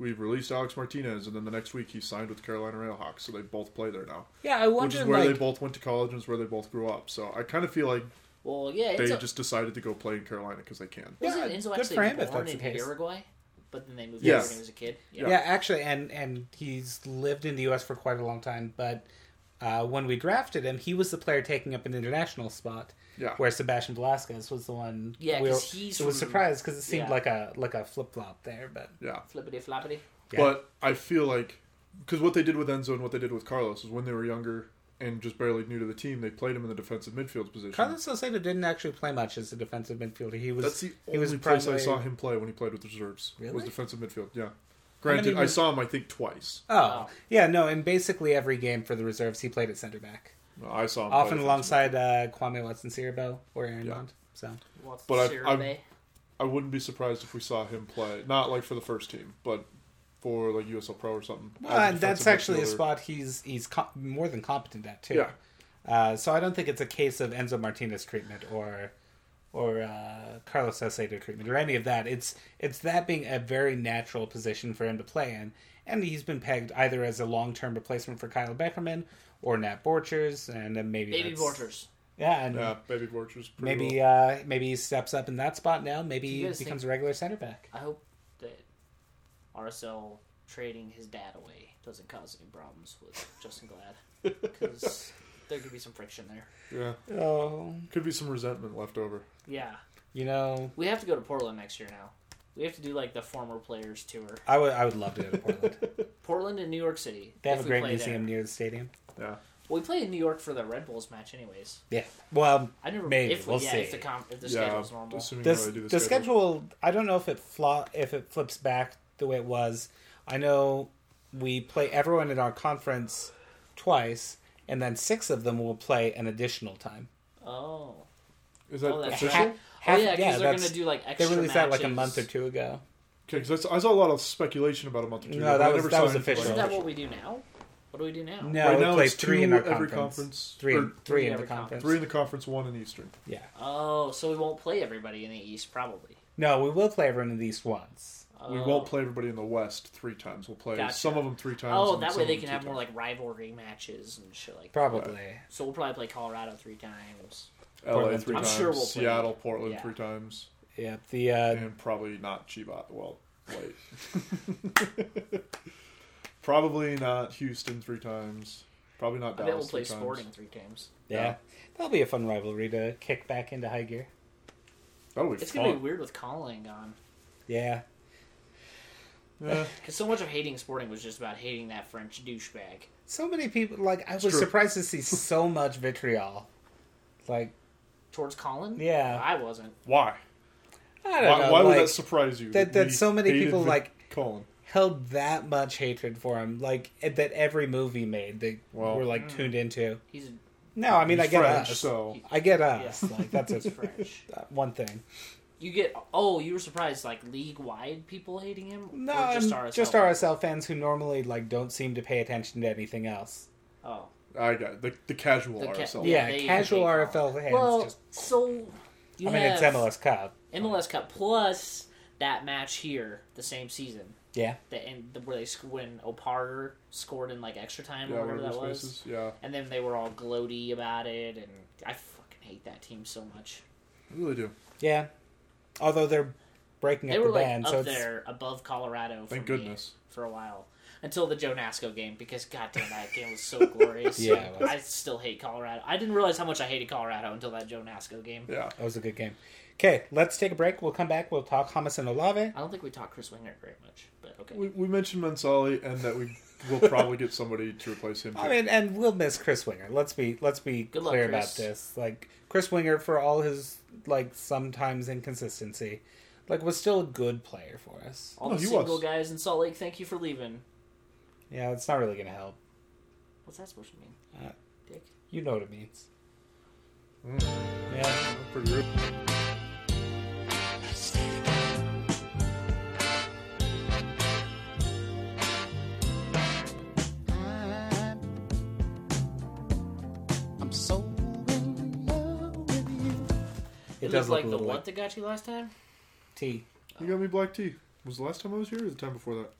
Speaker 4: we've released Alex Martinez, and then the next week he signed with the Carolina Railhawks, so they both play there now.
Speaker 3: Yeah, I
Speaker 4: Which
Speaker 3: wonder
Speaker 4: is where
Speaker 3: like
Speaker 4: they both went to college and is where they both grew up. So I kind of feel like
Speaker 2: Well, yeah,
Speaker 4: they
Speaker 2: Enzo,
Speaker 4: just decided to go play in Carolina because they can.
Speaker 2: wasn't
Speaker 3: Yeah,
Speaker 2: Enzo
Speaker 3: good
Speaker 2: actually
Speaker 3: for him if
Speaker 2: born
Speaker 3: that's
Speaker 2: in
Speaker 3: the case.
Speaker 2: Uruguay? But then they moved here
Speaker 4: Yes.
Speaker 2: when he was a kid.
Speaker 3: Yeah. actually, and and he's lived in the U.S. for quite a long time. But uh, when we drafted him, he was the player taking up an international spot,
Speaker 4: Yeah.
Speaker 3: where Sebastian Velasquez was the one.
Speaker 2: Yeah,
Speaker 3: we
Speaker 2: 'cause
Speaker 3: were-
Speaker 2: he's
Speaker 3: it was
Speaker 2: from-
Speaker 3: surprised because it seemed
Speaker 2: yeah.
Speaker 3: like a like a flip flop there, but
Speaker 4: Yeah.
Speaker 2: Flippity floppity.
Speaker 3: Yeah.
Speaker 4: But I feel like because what they did with Enzo and what they did with Carlos is when they were younger and just barely new to the team, they played him in the defensive midfield position.
Speaker 3: Carlos Salcedo didn't actually play much as a defensive midfielder. He was
Speaker 4: That's the
Speaker 3: he
Speaker 4: only
Speaker 3: was
Speaker 4: place I
Speaker 3: primarily-
Speaker 4: saw him play when he played with the reserves. Was
Speaker 3: Really?
Speaker 4: defensive midfield. Yeah.
Speaker 3: many
Speaker 4: Granted, I
Speaker 3: was-
Speaker 4: saw him I think twice.
Speaker 3: Oh
Speaker 2: Wow.
Speaker 3: yeah, no, and basically every game for the reserves, he played at center back,
Speaker 4: No, I saw him play
Speaker 3: often
Speaker 4: defensive
Speaker 3: alongside uh, Kwame Watson Sirabo or Aaron
Speaker 4: Yeah.
Speaker 3: Bond. So
Speaker 2: What's
Speaker 4: But I-
Speaker 2: the
Speaker 4: I'm-
Speaker 2: survey?
Speaker 4: midfield. I wouldn't be surprised if we saw him play, not like for the first team, but for like USL Pro or something. as a
Speaker 3: Well, and that's
Speaker 4: defensive
Speaker 3: actually a
Speaker 4: midfielder.
Speaker 3: spot he's he's com- more than competent at too.
Speaker 4: Yeah.
Speaker 3: Uh, so I don't think it's a case of Enzo Martinez treatment or or uh, Carlos Salcedo treatment or any of that. It's it's that being a very natural position for him to play in, and he's been pegged either as a long term replacement for Kyle Beckerman or Nat Borchers, and then maybe
Speaker 2: Baby
Speaker 3: that's-
Speaker 2: Borchers.
Speaker 3: Yeah, and
Speaker 4: Yeah, Baby Borchers. pretty
Speaker 3: maybe
Speaker 4: well.
Speaker 3: uh, maybe he steps up in that spot now.
Speaker 2: Do
Speaker 3: Maybe
Speaker 2: you
Speaker 3: he
Speaker 2: guys
Speaker 3: becomes a regular center back.
Speaker 2: I hope that RSL trading his dad away doesn't cause any problems with Justin Glad because there could be some friction there.
Speaker 4: yeah,
Speaker 3: Oh,
Speaker 4: could be some resentment left over.
Speaker 2: Yeah,
Speaker 3: you know,
Speaker 2: we have to go to Portland next year now. We have to do like the former players tour.
Speaker 3: I would I would love to go to Portland.
Speaker 2: Portland and New York City.
Speaker 3: They have
Speaker 2: if
Speaker 3: a
Speaker 2: we
Speaker 3: great
Speaker 2: play
Speaker 3: museum
Speaker 2: there.
Speaker 3: near the stadium.
Speaker 4: Yeah,
Speaker 2: Well, we play in New York for the Red Bulls match, anyways.
Speaker 3: Yeah. Well,
Speaker 2: I never.
Speaker 3: Maybe.
Speaker 2: if we,
Speaker 3: We'll
Speaker 2: yeah, If
Speaker 3: see.
Speaker 2: the, com- if the
Speaker 4: yeah.
Speaker 2: schedule's normal.
Speaker 4: Assuming
Speaker 3: the,
Speaker 4: they do
Speaker 3: the, schedule. I don't know if it flo- if it flips back the way it was. I know we play everyone in our conference twice, and then six of them will play an additional time.
Speaker 2: Oh.
Speaker 4: is that
Speaker 2: Oh, that's
Speaker 4: official?
Speaker 2: right.
Speaker 4: Okay,
Speaker 2: Oh yeah, because they're
Speaker 3: that's-
Speaker 2: gonna do like
Speaker 3: they
Speaker 2: extra.
Speaker 3: released that like a month or
Speaker 2: matches.
Speaker 3: two ago.
Speaker 4: because that's I saw a lot of speculation about a month or two.
Speaker 3: No,
Speaker 4: ago, but
Speaker 3: that
Speaker 4: I
Speaker 3: was-
Speaker 4: never
Speaker 3: that
Speaker 4: saw
Speaker 3: was
Speaker 4: anything
Speaker 3: official.
Speaker 2: Isn't
Speaker 4: like
Speaker 2: that
Speaker 4: it.
Speaker 2: what we do now? What do we do now?
Speaker 3: No,
Speaker 4: Right
Speaker 3: we
Speaker 4: now
Speaker 3: play
Speaker 4: it's
Speaker 3: three
Speaker 4: two
Speaker 3: in our
Speaker 4: every
Speaker 3: conference.
Speaker 4: conference.
Speaker 3: Three,
Speaker 4: Or
Speaker 3: in three in
Speaker 2: every
Speaker 3: the conference.
Speaker 4: Three in the conference, one in Eastern.
Speaker 3: Yeah.
Speaker 2: Oh, so we won't play everybody in the East, probably.
Speaker 3: No, we will play everyone in these once.
Speaker 2: Oh.
Speaker 4: We won't play everybody in the West three times. We'll play
Speaker 2: Gotcha.
Speaker 4: some of them three times.
Speaker 2: Oh,
Speaker 4: and
Speaker 2: that
Speaker 4: some
Speaker 2: way
Speaker 4: of
Speaker 2: they
Speaker 4: them
Speaker 2: can
Speaker 4: two
Speaker 2: have more
Speaker 4: times.
Speaker 2: like rivalry matches and shit like. that.
Speaker 3: Probably.
Speaker 2: So we'll probably play Colorado three times.
Speaker 4: LA
Speaker 3: Portland
Speaker 4: three
Speaker 3: three
Speaker 4: times,
Speaker 2: times. I'm sure we'll play.
Speaker 4: Seattle, Portland
Speaker 2: Yeah.
Speaker 4: three times,
Speaker 3: Yeah. The uh,
Speaker 4: and probably not Chibat. Well, wait, probably not Houston three times. Probably not
Speaker 2: I
Speaker 4: Dallas.
Speaker 2: bet we'll play
Speaker 4: three times.
Speaker 2: Sporting three times.
Speaker 3: yeah.
Speaker 4: Yeah.
Speaker 3: That'll be a fun rivalry to kick back into high gear.
Speaker 4: That'll be
Speaker 2: It's
Speaker 4: fun.
Speaker 2: gonna be weird with Colin gone,
Speaker 3: Yeah.
Speaker 4: Yeah.
Speaker 2: because so much of hating Sporting was just about hating that French douchebag.
Speaker 3: So many people like I was
Speaker 4: true.
Speaker 3: surprised to see so much vitriol. Like
Speaker 2: Towards Colin?
Speaker 3: Yeah.
Speaker 2: I wasn't.
Speaker 4: Why?
Speaker 3: I don't
Speaker 4: Why,
Speaker 3: know.
Speaker 4: why
Speaker 3: like,
Speaker 4: would that surprise you?
Speaker 3: that- that
Speaker 4: we
Speaker 3: so many
Speaker 4: hated
Speaker 3: people,
Speaker 4: the-
Speaker 3: like-
Speaker 4: Colin.
Speaker 3: held that much hatred for him, like it- that every movie made that
Speaker 4: Well,
Speaker 3: we're like tuned into.
Speaker 2: He's a,
Speaker 3: No, I mean
Speaker 4: He's
Speaker 3: I get
Speaker 4: French,
Speaker 3: us.
Speaker 4: so
Speaker 2: He-
Speaker 3: I get us.
Speaker 2: yeah,
Speaker 3: Like that's
Speaker 2: he's
Speaker 3: a,
Speaker 2: French.
Speaker 3: uh, one thing.
Speaker 2: You get oh, you were surprised like league wide people hating him?
Speaker 3: No,
Speaker 2: or
Speaker 3: um, just,
Speaker 2: just
Speaker 3: RSL.
Speaker 2: RSL?
Speaker 3: fans who normally like don't seem to pay attention to anything else.
Speaker 2: Oh,
Speaker 4: I got it. the the casual
Speaker 2: The ca-
Speaker 4: RSL.
Speaker 2: Yeah,
Speaker 3: Yeah,
Speaker 2: they
Speaker 3: casual
Speaker 2: hate
Speaker 3: RFL fans.
Speaker 2: well,
Speaker 3: just,
Speaker 2: so you
Speaker 3: I mean, it's
Speaker 2: have
Speaker 3: MLS Cup.
Speaker 2: MLS Cup plus that match here the same season.
Speaker 3: Yeah,
Speaker 2: The, and the, where they sc- when O'Parter scored in like extra time
Speaker 4: Yeah,
Speaker 2: or whatever
Speaker 4: whatever
Speaker 2: that was,
Speaker 4: spaces. Yeah,
Speaker 2: and then they were all gloaty about it, and I fucking hate that team so much.
Speaker 4: I really do.
Speaker 3: yeah. Although they're breaking
Speaker 2: They
Speaker 3: up
Speaker 2: were
Speaker 3: the
Speaker 2: like
Speaker 3: band,
Speaker 2: up
Speaker 3: so it's
Speaker 2: there above Colorado. For
Speaker 4: Thank
Speaker 2: me
Speaker 4: goodness.
Speaker 2: for a while until the Joe Nasco game because goddamn that game was so glorious.
Speaker 3: Yeah, it was.
Speaker 2: I still hate Colorado. I didn't realize how much I hated Colorado until that Joe Nasco game.
Speaker 4: Yeah,
Speaker 3: that was a good game. Okay, let's take a break. We'll come back. We'll talk Hamas and Olave.
Speaker 2: I don't think we talked Chris Winger very much, but okay.
Speaker 4: we, we mentioned Mansali and that we will probably get somebody to replace him.
Speaker 3: I mean, and we'll miss Chris Winger. Let's be let's be
Speaker 2: Good luck,
Speaker 3: clear about
Speaker 2: Chris.
Speaker 3: this. Like Chris Winger, for all his like sometimes inconsistency, like was still a good player for us.
Speaker 2: All
Speaker 4: No,
Speaker 2: the
Speaker 4: he
Speaker 2: single
Speaker 4: was.
Speaker 2: guys in Salt Lake, thank you for leaving.
Speaker 3: Yeah, it's not really gonna help.
Speaker 2: What's that supposed to mean?
Speaker 3: Uh,
Speaker 2: Dick.
Speaker 3: You know what it means.
Speaker 4: Mm.
Speaker 3: Yeah.
Speaker 4: Pretty rude.
Speaker 5: I'm so in love with you.
Speaker 3: It,
Speaker 2: It,
Speaker 3: does look
Speaker 2: looked like
Speaker 3: a
Speaker 2: the
Speaker 3: little
Speaker 2: what
Speaker 3: like
Speaker 2: that got you last time.
Speaker 3: tea.
Speaker 4: You got me black tea. Was the last time I was here, or the time before that?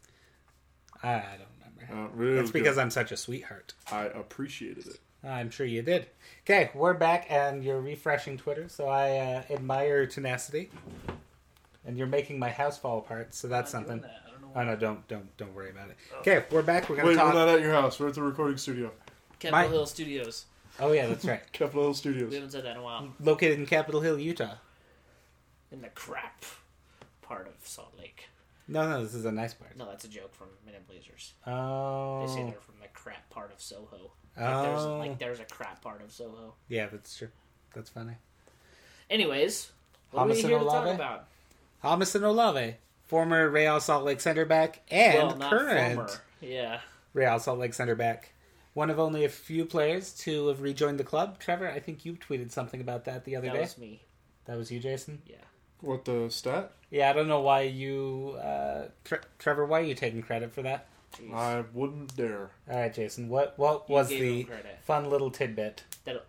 Speaker 3: I don't remember.
Speaker 4: Uh, really
Speaker 3: That's because I'm such a sweetheart.
Speaker 4: I appreciated it.
Speaker 3: I'm sure you did. Okay, we're back, and you're refreshing Twitter, so I uh, admire your tenacity. And you're making my house fall apart, so that's
Speaker 2: I'm not doing
Speaker 3: something.
Speaker 2: that. I don't know
Speaker 3: Oh
Speaker 2: why.
Speaker 3: no, don't don't don't worry about it.
Speaker 2: Oh.
Speaker 3: Okay, we're back. We're gonna
Speaker 4: Wait,
Speaker 3: talk.
Speaker 4: we're not at your house. We're at the recording studio,
Speaker 2: Capitol
Speaker 3: My-
Speaker 2: Hill Studios.
Speaker 3: Oh yeah, that's right.
Speaker 4: Capitol Hill
Speaker 2: We
Speaker 4: Studios.
Speaker 2: haven't said that in a while.
Speaker 3: Located in Capitol Hill, Utah.
Speaker 2: In the crap part of Salt Lake.
Speaker 3: No, no, this is a nice part.
Speaker 2: No, that's a joke from Men in Blazers. They say
Speaker 3: Oh,
Speaker 2: they're from the crap part of Soho. Like there's,
Speaker 3: oh,
Speaker 2: like there's a crap part of Soho.
Speaker 3: yeah, that's true. That's funny.
Speaker 2: Anyways, what are we
Speaker 3: Homicide
Speaker 2: here to talk
Speaker 3: Olave?
Speaker 2: about?
Speaker 3: Hamison Olave, former Real Salt Lake center back and
Speaker 2: well, not
Speaker 3: current
Speaker 2: former. Yeah,
Speaker 3: Real Salt Lake center back. One of only a few players to have rejoined the club. Trevor, I think you tweeted something about that the other
Speaker 2: that
Speaker 3: day.
Speaker 2: was me.
Speaker 3: That was you, Jason.
Speaker 2: Yeah,
Speaker 4: What the stat?
Speaker 3: Yeah, I don't know why you, uh, Tre- Trevor, why are you taking credit for that?
Speaker 2: Jeez.
Speaker 4: I wouldn't dare.
Speaker 3: All right, Jason, what what was
Speaker 2: gave
Speaker 3: the
Speaker 2: him credit.
Speaker 3: fun little tidbit?
Speaker 2: that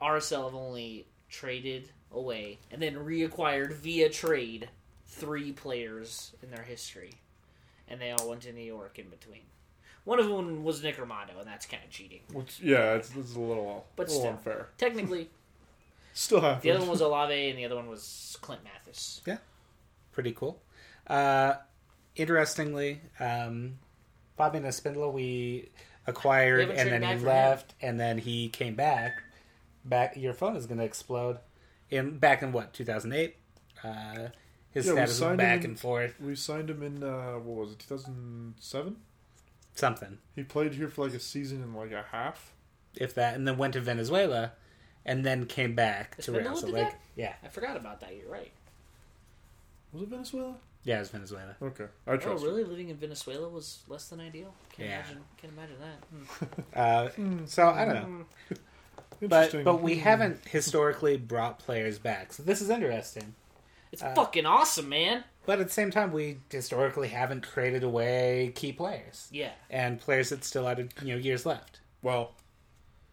Speaker 2: RSL have only traded away, and then reacquired via trade three players in their history, and they all went to New York in between. One of them was Nick Armando, and that's kind of cheating.
Speaker 4: Which, yeah, it's, it's a little,
Speaker 2: But
Speaker 4: little
Speaker 2: still.
Speaker 4: unfair.
Speaker 2: Technically,
Speaker 4: Still happens.
Speaker 2: the other one was Olave, and the other one was Clint Mathis.
Speaker 3: Pretty cool. Uh, interestingly, um, Bobby Espindola we acquired
Speaker 2: We haven't
Speaker 3: and then
Speaker 2: traded
Speaker 3: he
Speaker 2: back for him.
Speaker 3: left, and then he came back. Back, your phone is going to explode. In back in what 2008, uh, his
Speaker 4: Yeah, we
Speaker 3: status was
Speaker 4: signed
Speaker 3: back
Speaker 4: him-
Speaker 3: and forth.
Speaker 4: we signed him in uh, what was it, 2007?
Speaker 3: Something.
Speaker 4: He played here for like a season and like a half.
Speaker 3: if that, and then went to Venezuela, and then came back to
Speaker 2: Espindola
Speaker 3: Real Salt
Speaker 2: did
Speaker 3: Lake.
Speaker 2: that?
Speaker 3: Yeah,
Speaker 2: I forgot about that. You're right.
Speaker 4: Was it Venezuela?
Speaker 3: yeah, it was Venezuela.
Speaker 4: Okay, I
Speaker 2: Oh,
Speaker 4: trust.
Speaker 2: really? Living in Venezuela was less than ideal. Can't
Speaker 3: Yeah.
Speaker 2: imagine. Can't imagine that. Hmm.
Speaker 3: Uh, so I don't know,
Speaker 4: you.
Speaker 3: but
Speaker 4: Interesting.
Speaker 3: but we haven't historically brought players back, so this is interesting.
Speaker 2: It's fucking awesome, man.
Speaker 3: But at the same time, we historically haven't traded away key players
Speaker 2: Yeah.
Speaker 3: and players that still had you know years left.
Speaker 4: well,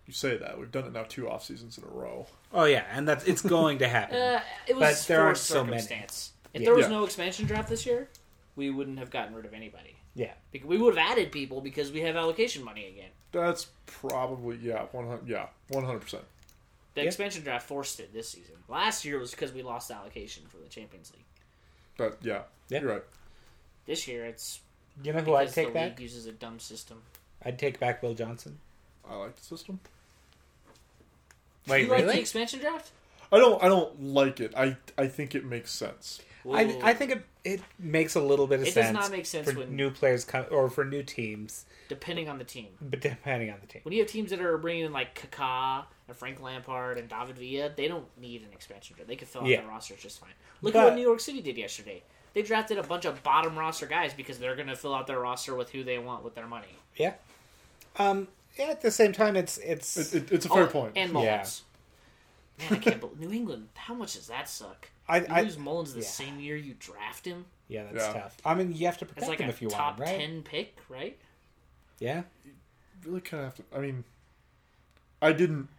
Speaker 4: you say that we've done it now two off seasons in a row.
Speaker 3: Oh yeah, and that's it's going to happen.
Speaker 2: Uh, it was
Speaker 3: But there
Speaker 2: forced
Speaker 3: aren't so many.
Speaker 2: circumstance. If
Speaker 3: Yeah.
Speaker 2: there was
Speaker 4: Yeah.
Speaker 2: no expansion draft this year, we wouldn't have gotten rid of anybody.
Speaker 3: yeah,
Speaker 2: Because we would have added people because we have allocation money again.
Speaker 4: That's probably yeah, one hundred yeah, one hundred percent.
Speaker 2: The
Speaker 3: Yeah.
Speaker 2: expansion draft forced it this season. Last year was because we lost allocation for the Champions League.
Speaker 4: But yeah,
Speaker 3: Yeah.
Speaker 4: you're right.
Speaker 2: This year it's
Speaker 3: you know who I'd
Speaker 2: because the
Speaker 3: take
Speaker 2: league
Speaker 3: back?
Speaker 2: uses a dumb system.
Speaker 3: I'd take back Bill Johnson.
Speaker 4: I like the system.
Speaker 3: Wait,
Speaker 2: you like the
Speaker 3: really?
Speaker 2: expansion draft?
Speaker 4: I don't. I don't like it. I. I think it makes sense.
Speaker 2: Whoa.
Speaker 3: I, I think it it makes a little bit of
Speaker 2: It does
Speaker 3: sense.
Speaker 2: not make sense
Speaker 3: for
Speaker 2: when-
Speaker 3: new players come or for new teams,
Speaker 2: depending on the team.
Speaker 3: but depending on the team.
Speaker 2: When you have teams that are bringing in like Kaká and Frank Lampard and David Villa, they don't need an expansion draft. They could fill out
Speaker 3: Yeah.
Speaker 2: their roster just fine. Look
Speaker 3: But-
Speaker 2: at what New York City did yesterday. They drafted a bunch of bottom roster guys because they're going to fill out their roster with who they want with their money.
Speaker 3: Yeah. Um. Yeah. At the same time, it's it's
Speaker 4: It, it, it's a fair
Speaker 2: Oh,
Speaker 4: point.
Speaker 2: And Mullins. Man, I can't believe New England. How much does that suck?
Speaker 3: I,
Speaker 2: You
Speaker 3: I
Speaker 2: lose Mullins the
Speaker 3: yeah.
Speaker 2: same year you draft him
Speaker 3: yeah that's
Speaker 4: Yeah.
Speaker 3: tough. I mean, you have to
Speaker 2: as
Speaker 3: protect
Speaker 2: like
Speaker 3: him
Speaker 2: a
Speaker 3: if you
Speaker 2: top
Speaker 3: want, him, right?
Speaker 2: ten pick, right?
Speaker 3: Yeah.
Speaker 4: really kind of have to. I mean, I didn't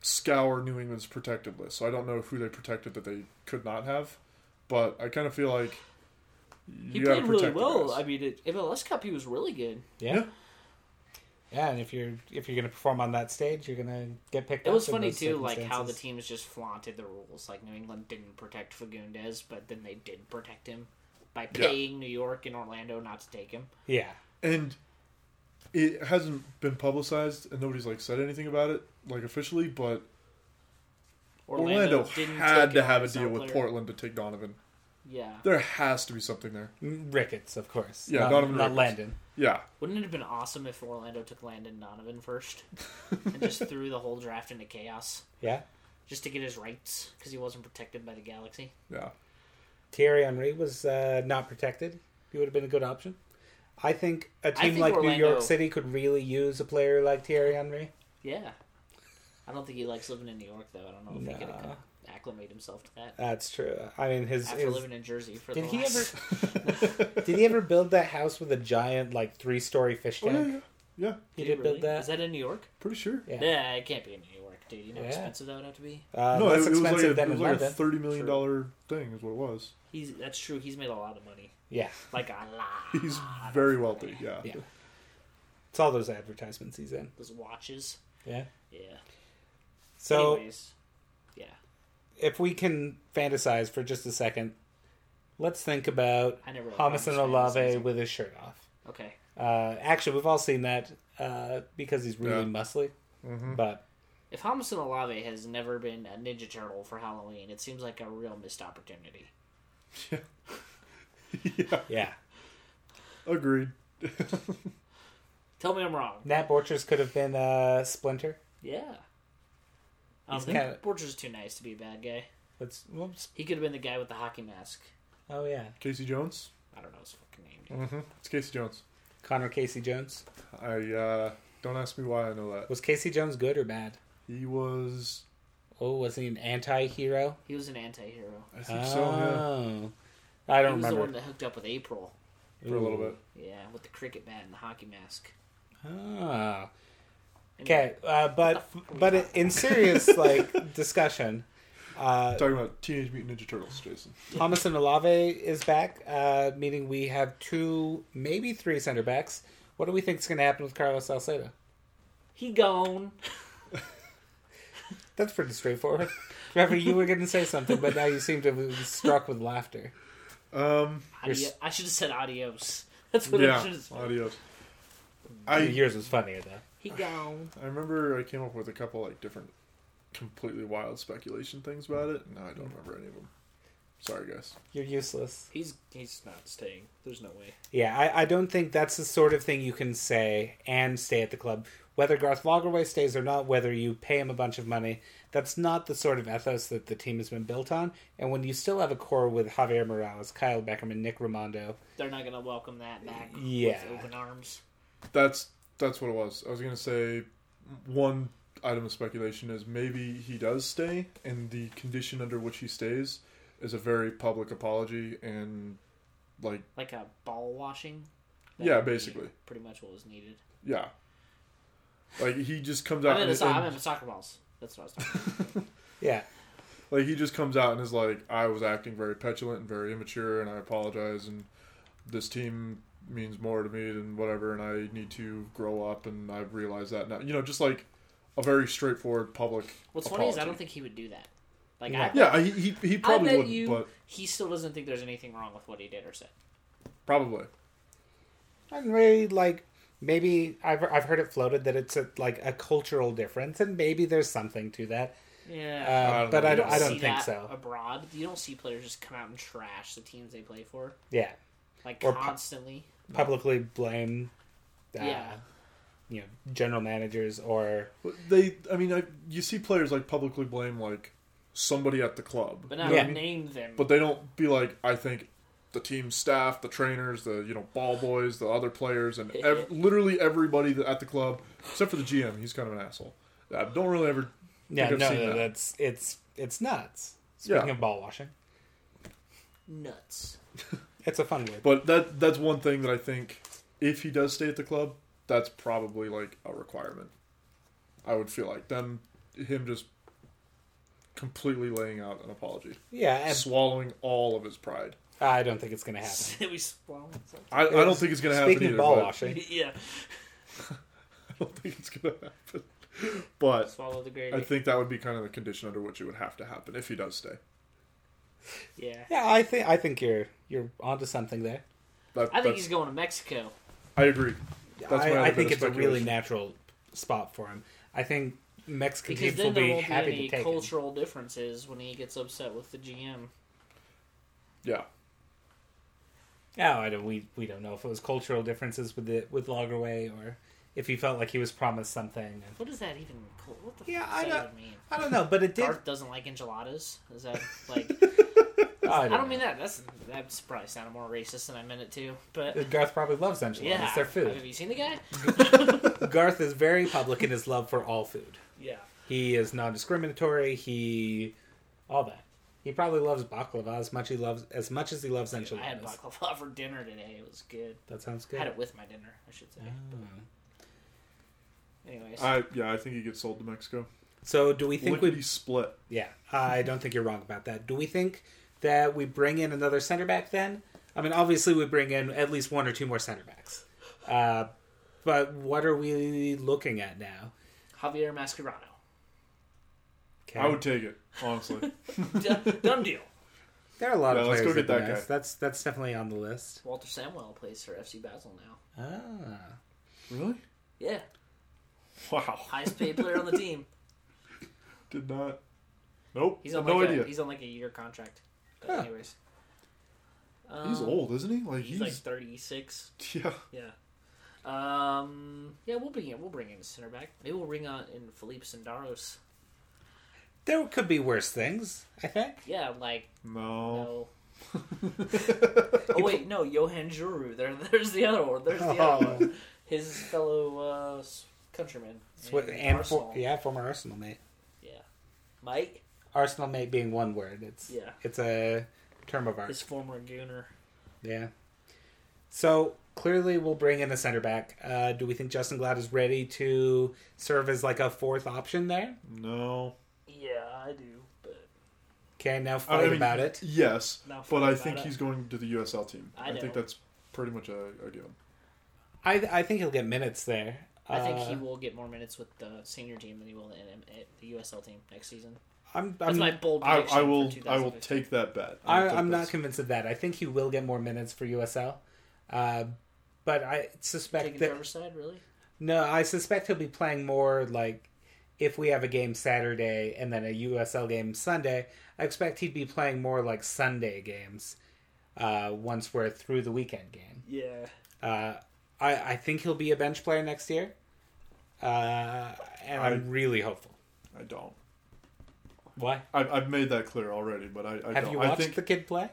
Speaker 4: scour New England's protected list, so I don't know who they protected that they could not have. But I kind of feel like
Speaker 2: He
Speaker 4: you gotta
Speaker 2: played really
Speaker 4: protect the
Speaker 2: well.
Speaker 4: guys.
Speaker 2: I mean, at MLS Cup he was really good.
Speaker 3: Yeah. Yeah. and if you're if you're gonna perform on that stage, you're gonna get picked.
Speaker 2: It
Speaker 3: up
Speaker 2: was
Speaker 3: in
Speaker 2: funny
Speaker 3: those
Speaker 2: too, like how the
Speaker 3: circumstances.
Speaker 2: teams just flaunted the rules. Like New England didn't protect Fagundes, but then they did protect him by
Speaker 4: Yeah.
Speaker 2: paying New York and Orlando not to take him.
Speaker 3: Yeah.
Speaker 4: and it hasn't been publicized, and nobody's like said anything about it like officially. But Orlando, had
Speaker 2: take
Speaker 4: to
Speaker 2: him
Speaker 4: have a
Speaker 2: as our
Speaker 4: deal with
Speaker 2: player.
Speaker 4: Portland to take Donovan.
Speaker 2: Yeah,
Speaker 4: There has to be something there.
Speaker 3: Mm, Ricketts, of course.
Speaker 4: Yeah,
Speaker 3: Not,
Speaker 4: Donovan
Speaker 3: not
Speaker 4: Ricketts.
Speaker 3: Landon.
Speaker 4: Yeah,
Speaker 2: wouldn't it have been awesome if Orlando took Landon Donovan first and just threw the whole draft into chaos
Speaker 3: Yeah.
Speaker 2: just to get his rights because he wasn't protected by the Galaxy?
Speaker 4: yeah.
Speaker 3: Thierry Henry was uh, not protected. He would have been a good option. I think a team
Speaker 2: think
Speaker 3: like New
Speaker 2: Orlando-
Speaker 3: York City could really use a player like Thierry Henry.
Speaker 2: Yeah, I don't think he likes living in New York though. I don't know if he could
Speaker 3: Nah.
Speaker 2: acclimate himself to that
Speaker 3: That's true. I mean, his,
Speaker 2: after
Speaker 3: his
Speaker 2: living in Jersey for
Speaker 3: Did
Speaker 2: the
Speaker 3: he
Speaker 2: last.
Speaker 3: ever? did he ever build that house with a giant like three story fish
Speaker 4: Oh,
Speaker 3: tank?
Speaker 4: yeah, yeah, yeah.
Speaker 3: He
Speaker 2: Did
Speaker 3: did
Speaker 2: it
Speaker 3: build
Speaker 2: really?
Speaker 3: that.
Speaker 2: Is that in New York?
Speaker 4: Pretty sure.
Speaker 3: Yeah.
Speaker 2: Yeah, it can't be in New York, dude. You know how
Speaker 3: Yeah.
Speaker 2: expensive that would have to be.
Speaker 3: Uh,
Speaker 4: no,
Speaker 3: less
Speaker 4: it, it was like
Speaker 3: expensive
Speaker 4: a, it
Speaker 3: than
Speaker 4: was
Speaker 3: in
Speaker 4: like a
Speaker 3: London.
Speaker 4: thirty million dollar thing, is what it was.
Speaker 2: He's that's true. He's made a lot of money,
Speaker 3: Yeah,
Speaker 2: like a lot.
Speaker 4: He's very wealthy. Yeah.
Speaker 3: Yeah. it's all those advertisements he's in.
Speaker 2: Those watches.
Speaker 3: Yeah.
Speaker 2: Yeah.
Speaker 3: So
Speaker 2: Anyways, yeah.
Speaker 3: if we can fantasize for just a second, let's think about
Speaker 2: I never
Speaker 3: Hamas
Speaker 2: really
Speaker 3: and
Speaker 2: understand this
Speaker 3: Olave
Speaker 2: season.
Speaker 3: with his shirt off.
Speaker 2: Okay.
Speaker 3: Uh, actually, we've all seen that uh, because he's really
Speaker 4: Yeah. Mm-hmm.
Speaker 3: muscly. But
Speaker 2: If Hamas and Olave has never been a Ninja Turtle for Halloween, it seems like a real missed opportunity.
Speaker 4: yeah.
Speaker 3: yeah,
Speaker 4: Agreed.
Speaker 2: Tell me I'm wrong.
Speaker 3: Nat Borchers could have been uh, Splinter.
Speaker 2: Yeah. Um, I don't
Speaker 3: He's
Speaker 2: think
Speaker 3: kinda-
Speaker 2: Borcher's too nice to be a bad guy.
Speaker 3: Let's. Whoops.
Speaker 2: He could have been the guy with the hockey mask.
Speaker 3: Oh yeah,
Speaker 4: Casey Jones.
Speaker 2: I don't know his fucking name. dude.
Speaker 4: Mm-hmm. It's Casey Jones.
Speaker 3: Connor Casey Jones.
Speaker 4: I uh, don't ask me why I know that.
Speaker 3: Was Casey Jones good or bad?
Speaker 4: He was.
Speaker 3: Oh, was he an anti-hero?
Speaker 2: He was an anti-hero.
Speaker 4: I think so. Yeah,
Speaker 3: yeah. I
Speaker 2: He
Speaker 3: don't
Speaker 2: was the
Speaker 3: remember.
Speaker 2: one that hooked up with April.
Speaker 4: for a little
Speaker 3: Ooh.
Speaker 4: bit.
Speaker 2: Yeah, with the cricket bat and the hockey mask.
Speaker 3: Ah.
Speaker 2: Anyway,
Speaker 3: Okay, uh, but but in serious like discussion, Uh,
Speaker 4: Talking about Teenage Mutant Ninja Turtles, Jason.
Speaker 3: Thomas and Olave is back, uh, meaning we have two, maybe three center backs. What do we think is going to happen with Carlos Salcedo?
Speaker 2: He gone.
Speaker 3: That's pretty straightforward. Trevor, you were going to say something, but now you seem to be struck with laughter.
Speaker 4: Um,
Speaker 2: Adio-
Speaker 3: s-
Speaker 2: I should have said adios. That's what I
Speaker 4: yeah,
Speaker 2: should have said.
Speaker 4: adios.
Speaker 3: Yours
Speaker 4: I
Speaker 3: was funnier, though.
Speaker 2: He gone.
Speaker 4: I remember I came up with a couple like different, completely wild speculation things about it. No, I don't remember any of them. Sorry, guys.
Speaker 3: You're useless.
Speaker 2: He's he's not staying. There's no way.
Speaker 3: Yeah, I, I don't think that's the sort of thing you can say and stay at the club. Whether Garth Lagerway stays or not, whether you pay him a bunch of money, that's not the sort of ethos that the team has been built on. And when you still have a core with Javier Morales, Kyle Beckerman, Nick Raimondo,
Speaker 2: They're not gonna welcome that back
Speaker 3: Yeah.
Speaker 2: with open arms.
Speaker 4: That's that's what it was. I was gonna say one item of speculation is maybe he does stay, and the condition under which he stays is a very public apology and like
Speaker 2: Like a ball washing.
Speaker 4: Yeah,
Speaker 2: would be
Speaker 4: basically.
Speaker 2: Pretty much what was needed.
Speaker 4: yeah, like he just comes out
Speaker 2: I'm in
Speaker 4: and-
Speaker 2: the, so- I'm in
Speaker 4: and-
Speaker 2: the soccer balls. That's what I was talking about.
Speaker 3: yeah,
Speaker 4: like he just comes out and is like, I was acting very petulant and very immature, and I apologize, and this team means more to me than whatever, and I need to grow up, and I've realized that now. You know, just like a very straightforward public.
Speaker 2: What's funny
Speaker 4: apology.
Speaker 2: is I don't think he would do that. Like
Speaker 3: Yeah.
Speaker 2: I, bet-
Speaker 4: Yeah, he he, he probably
Speaker 2: I bet
Speaker 4: wouldn't,
Speaker 2: you
Speaker 4: but
Speaker 2: he still doesn't think there's anything wrong with what he did or said.
Speaker 4: probably.
Speaker 3: I'm really like maybe I've I've heard it floated that it's a, like a cultural difference, and maybe there's something to that. Uh,
Speaker 2: Yeah.
Speaker 4: don't
Speaker 3: but
Speaker 4: know.
Speaker 3: I
Speaker 4: You
Speaker 3: don't,
Speaker 4: don't
Speaker 3: I don't
Speaker 2: see
Speaker 3: think
Speaker 2: that
Speaker 3: so.
Speaker 2: Abroad, you don't see players just come out and trash the teams they play for
Speaker 3: Yeah,
Speaker 2: like
Speaker 3: Or pu-
Speaker 2: constantly.
Speaker 3: publicly blame. Uh,
Speaker 2: Yeah.
Speaker 3: you know, general managers or
Speaker 4: But They, I mean, I, you see players like publicly blame like somebody at the club,
Speaker 2: But
Speaker 4: You
Speaker 2: now
Speaker 4: know what I
Speaker 3: Yeah.
Speaker 4: mean?
Speaker 2: name them.
Speaker 4: but they don't be like, I think the team staff, the trainers, the you know ball boys, the other players, and ev- literally everybody that- at the club, except for the GM. He's kind of an asshole. I don't really ever.
Speaker 3: Yeah,
Speaker 4: think
Speaker 3: no,
Speaker 4: I've seen
Speaker 3: no,
Speaker 4: that.
Speaker 3: that's it's it's nuts. Speaking
Speaker 4: Yeah.
Speaker 3: of ball washing,
Speaker 2: nuts.
Speaker 3: it's a fun word.
Speaker 4: But that that's one thing that I think if he does stay at the club, that's probably like a requirement. I would feel like then him just completely laying out an apology,
Speaker 3: yeah, and
Speaker 4: swallowing all of his pride.
Speaker 3: I don't think it's going to happen.
Speaker 2: we swallow something.
Speaker 4: I, I don't think it's gonna happen.
Speaker 3: Speaking of
Speaker 4: either,
Speaker 3: ball
Speaker 4: but-
Speaker 3: washing,
Speaker 2: yeah.
Speaker 4: I don't think it's gonna happen. But
Speaker 2: Swallow the gravy.
Speaker 4: I think that would be kind of the condition under which it would have to happen if he does stay.
Speaker 2: yeah.
Speaker 3: yeah, I think I think you're you're onto something there.
Speaker 4: That,
Speaker 2: I think
Speaker 4: that's-
Speaker 2: he's going to Mexico.
Speaker 4: I agree. That's my
Speaker 3: I,
Speaker 4: other
Speaker 3: I
Speaker 4: bit
Speaker 3: think
Speaker 4: of
Speaker 3: it's a really
Speaker 4: speculation.
Speaker 3: natural spot for him. I think Mexican
Speaker 2: Because
Speaker 3: teams will
Speaker 2: then there
Speaker 3: be
Speaker 2: won't be
Speaker 3: happy
Speaker 2: any
Speaker 3: to take him.
Speaker 2: cultural differences when he gets upset with the GM.
Speaker 4: Yeah,
Speaker 3: No, Oh, I don't. We we don't know if it was cultural differences with the with Lagerway or if he felt like he was promised something.
Speaker 2: What does that even? cul- What the
Speaker 3: Yeah,
Speaker 2: fuck
Speaker 3: I
Speaker 2: does that
Speaker 3: don't-
Speaker 2: even mean?
Speaker 3: I don't know, but it did.
Speaker 2: Garth doesn't like enchiladas. Is that like?
Speaker 3: I
Speaker 2: I don't mean that. That's that's probably sounded more racist than I meant it to. But
Speaker 3: that. Garth probably loves enchiladas.
Speaker 2: yeah,
Speaker 3: It's their
Speaker 2: Have
Speaker 3: food.
Speaker 2: you seen the guy?
Speaker 3: Garth is very public in his love for all food.
Speaker 2: Yeah.
Speaker 3: He is non-discriminatory. He, all that. He probably loves baklava as much he loves as much as he loves
Speaker 2: I had
Speaker 3: enchiladas.
Speaker 2: baklava for dinner today. It was good.
Speaker 3: That sounds
Speaker 2: I
Speaker 3: good. Mm-hmm.
Speaker 2: had it with my dinner, I should say. Anyways,
Speaker 4: I yeah I think he gets sold to Mexico.
Speaker 3: So, do we think
Speaker 4: Think would
Speaker 3: we?
Speaker 4: be split?
Speaker 3: Yeah, I don't think you're wrong about that. Do we think that we bring in another center back then? I mean, obviously we bring in at least one or two more center backs. Uh, but what are we looking at now?
Speaker 2: Javier Mascherano.
Speaker 3: Okay.
Speaker 4: I would take it honestly.
Speaker 2: Done- Done deal.
Speaker 3: There are a lot
Speaker 4: Yeah,
Speaker 3: of
Speaker 4: let's
Speaker 3: players.
Speaker 4: go
Speaker 3: that
Speaker 4: get that
Speaker 3: would be nice.
Speaker 4: guy.
Speaker 3: That's that's definitely on the list.
Speaker 2: Walter Samwell plays for FC Basel now.
Speaker 3: Ah.
Speaker 4: really?
Speaker 2: Yeah,
Speaker 4: Wow.
Speaker 2: highest paid player on the team.
Speaker 4: Did not. Nope.
Speaker 2: He's on
Speaker 4: no
Speaker 2: like
Speaker 4: idea.
Speaker 2: A, he's on like a year contract. But
Speaker 3: Huh.
Speaker 2: anyways, um,
Speaker 4: He's old, isn't he? Like
Speaker 2: He's,
Speaker 4: he's,
Speaker 2: like thirty six.
Speaker 4: yeah.
Speaker 2: Yeah. Um. Yeah, we'll bring in we'll bring in a center back. Maybe we'll bring on in Philippe Sendaros.
Speaker 3: There could be worse things, I think.
Speaker 2: Yeah, like
Speaker 4: No.
Speaker 2: no. oh wait, no, Johan Juru. There, there's the other one. There's the other
Speaker 3: Oh.
Speaker 2: one. His fellow uh, s- countryman.
Speaker 3: It's what-
Speaker 2: in
Speaker 3: and for,
Speaker 2: Arsenal.
Speaker 3: yeah, former Arsenal mate.
Speaker 2: Yeah. Mike,
Speaker 3: Arsenal mate being one word. It's
Speaker 2: Yeah.
Speaker 3: it's a term of art.
Speaker 2: his former gooner.
Speaker 3: Yeah. So clearly, we'll bring in a center back. Uh, do we think Justin Glad is ready to serve as like a fourth option there?
Speaker 4: No.
Speaker 2: Yeah, I do, but
Speaker 3: Okay, now
Speaker 4: I
Speaker 3: fight
Speaker 4: mean,
Speaker 3: about it.
Speaker 4: Yes,
Speaker 2: Now fight
Speaker 4: but I
Speaker 2: about
Speaker 4: think
Speaker 2: it.
Speaker 4: he's going to the USL team.
Speaker 2: I
Speaker 4: I, think
Speaker 2: know.
Speaker 4: that's pretty much a, a given.
Speaker 3: I I think he'll get minutes there.
Speaker 2: I think
Speaker 3: Uh,
Speaker 2: he will get more minutes with the senior team than he will in at the USL team next season.
Speaker 3: I'm
Speaker 2: That's
Speaker 3: I'm,
Speaker 2: my bold
Speaker 4: I,
Speaker 2: prediction.
Speaker 4: I will.
Speaker 2: For 2015.
Speaker 4: I will take that bet.
Speaker 3: I,
Speaker 4: will take
Speaker 3: I'm
Speaker 4: that.
Speaker 3: not convinced of that. I think he will get more minutes for USL, uh, but I
Speaker 2: Taking
Speaker 3: suspect that
Speaker 2: Riverside, really?
Speaker 3: no, I suspect he'll be playing more like if we have a game Saturday and then a USL game Sunday. I expect he'd be playing more like Sunday games uh, once we're through the weekend game.
Speaker 2: Yeah.
Speaker 3: Uh, I I think he'll be a bench player next year, uh, and I,
Speaker 4: I-
Speaker 3: am really hopeful.
Speaker 4: I don't.
Speaker 3: Why
Speaker 4: I've, I've made that clear already, but I, I
Speaker 3: have
Speaker 4: don't.
Speaker 3: you watched
Speaker 4: I think
Speaker 3: the kid play?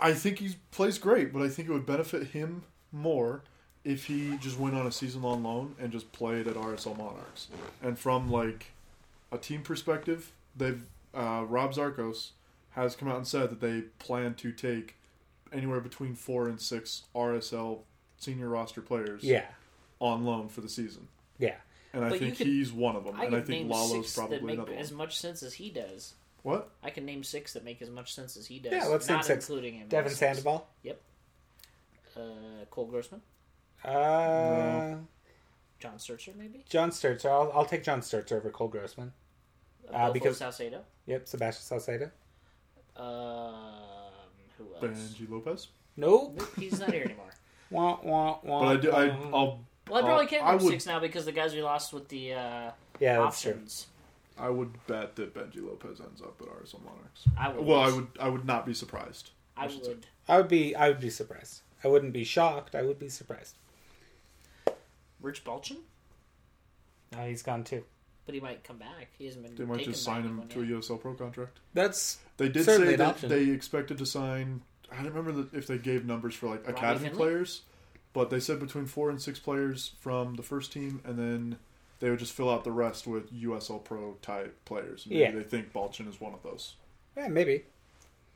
Speaker 4: I think he plays great, but I think it would benefit him more if he just went on a season-long loan and just played at RSL Monarchs. And from like a team perspective, they've uh, Rob Zarkos has come out and said that they plan to take anywhere between four and six RSL senior roster players
Speaker 3: Yeah,
Speaker 4: on loan for the season.
Speaker 3: yeah.
Speaker 4: And I
Speaker 2: But you
Speaker 4: think
Speaker 2: could-
Speaker 4: he's one of them,
Speaker 2: I
Speaker 4: and I
Speaker 2: can
Speaker 4: think
Speaker 2: name
Speaker 4: Lalo's
Speaker 2: six that
Speaker 4: probably
Speaker 2: make
Speaker 4: another one.
Speaker 2: as much sense as he does.
Speaker 4: What?
Speaker 2: I can name six that make as much sense as he does.
Speaker 3: Yeah, let's
Speaker 2: not
Speaker 3: name six.
Speaker 2: including him.
Speaker 3: Devin
Speaker 2: That's-
Speaker 3: Sandoval.
Speaker 2: Uh, Cole Grossman,
Speaker 3: Uh,
Speaker 2: John Sturcher, maybe.
Speaker 3: John Sturzer. I'll, I'll take John Sturzer over Cole Grossman. because-
Speaker 2: Uh, because Salcedo.
Speaker 3: Yep, Sebastian Salcedo.
Speaker 2: Um, who else?
Speaker 4: Benji Lopez?
Speaker 3: Nope.
Speaker 2: Nope, he's not here anymore.
Speaker 3: wah, wah, wah,
Speaker 4: But I do. I,
Speaker 3: wah.
Speaker 4: I'll.
Speaker 2: Well, I probably can't
Speaker 4: Uh, I
Speaker 2: name
Speaker 4: would-
Speaker 2: six now because the guys we lost with the uh,
Speaker 3: yeah, that's true.
Speaker 2: options.
Speaker 4: I would bet that Benji Lopez ends up at RSL Monarchs.
Speaker 2: I would.
Speaker 4: Well, I would. I would not be surprised.
Speaker 2: I
Speaker 4: should say.
Speaker 2: would.
Speaker 3: I would be. I would be surprised. I wouldn't be shocked. I would be surprised.
Speaker 2: Rich Balchin,
Speaker 3: No, he's gone too.
Speaker 2: but he might come back. He hasn't been.
Speaker 4: They might
Speaker 2: taken
Speaker 4: just
Speaker 2: by
Speaker 4: sign him
Speaker 2: anyone
Speaker 4: to a
Speaker 2: yet.
Speaker 4: USL Pro contract.
Speaker 3: That's
Speaker 4: They did
Speaker 3: Certainly
Speaker 4: say
Speaker 3: an
Speaker 4: that
Speaker 3: option.
Speaker 4: they expected to sign. I don't remember that if they gave numbers for like academy
Speaker 2: Finley?
Speaker 4: players, but they said between four and six players from the first team, and then they would just fill out the rest with USL Pro type players. Maybe
Speaker 3: Yeah.
Speaker 4: they think Balchin is one of those.
Speaker 3: yeah, maybe.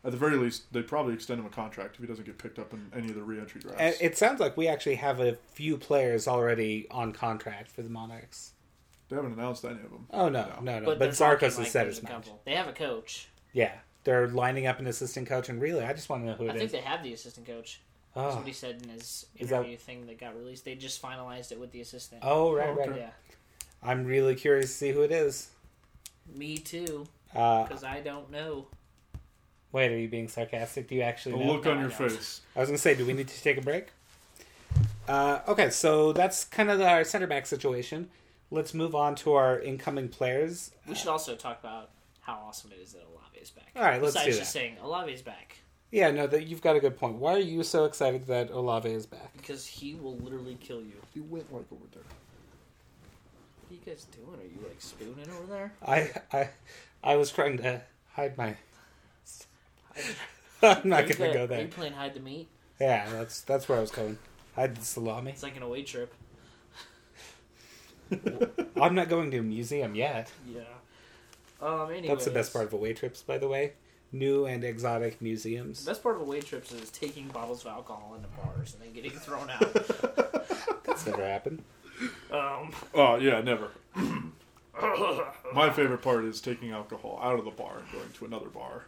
Speaker 4: At the very least, they probably extend him a contract if he doesn't get picked up in any of the re-entry drafts.
Speaker 3: And it sounds like we actually have a few players already on contract for the Monarchs.
Speaker 4: they haven't announced any of them.
Speaker 3: Oh no, no, no. But,
Speaker 2: they're talking
Speaker 3: Zarkos
Speaker 2: like
Speaker 3: has said his
Speaker 2: there's a
Speaker 3: mind.
Speaker 2: couple. They have a coach.
Speaker 3: Yeah, they're lining up an assistant coach, and really, I just want to know who
Speaker 2: I
Speaker 3: it
Speaker 2: think
Speaker 3: is.
Speaker 2: they have the assistant coach. That's
Speaker 3: Oh.
Speaker 2: what he said in his
Speaker 3: Is that-
Speaker 2: interview thing that got released. They just finalized it with the assistant.
Speaker 3: oh, right,
Speaker 4: Oh,
Speaker 3: right.
Speaker 4: okay.
Speaker 2: Yeah,
Speaker 3: I'm really curious to see who it is.
Speaker 2: me too.
Speaker 3: Uh,
Speaker 2: Because I don't know.
Speaker 3: wait, are you being sarcastic? Do you actually
Speaker 4: The
Speaker 3: know?
Speaker 4: look on your face.
Speaker 3: I was gonna say, do we need to take a break? Uh, okay, so that's kind of our center back situation. Let's move on to our incoming players.
Speaker 2: We should also talk about how awesome it is that Olave is back.
Speaker 3: All right, let's
Speaker 2: Besides
Speaker 3: do
Speaker 2: just
Speaker 3: that.
Speaker 2: saying Olave is back
Speaker 3: Yeah, no, that you've got a good point. Why are you so excited that Olave is back?
Speaker 2: because he will literally kill you.
Speaker 4: You went like over there.
Speaker 2: What are you guys doing? Are you like spooning over there?
Speaker 3: I, I, I was trying to hide my. I'm
Speaker 2: Are
Speaker 3: not
Speaker 2: you
Speaker 3: gonna
Speaker 2: play-
Speaker 3: go
Speaker 2: Are
Speaker 3: there.
Speaker 2: you playing hide the meat?
Speaker 3: Yeah, that's that's where I was going. Hide the salami.
Speaker 2: It's like an away trip.
Speaker 3: I'm not going to a museum yet.
Speaker 2: Yeah. Um. Anyways,
Speaker 3: That's the best part of away trips, by the way. New and exotic museums.
Speaker 2: The best part of away trips is taking bottles of alcohol into bars and then getting thrown out.
Speaker 3: That's never happened.
Speaker 2: um.
Speaker 4: Oh yeah, never. My favorite part is taking alcohol out of the bar and going to another bar.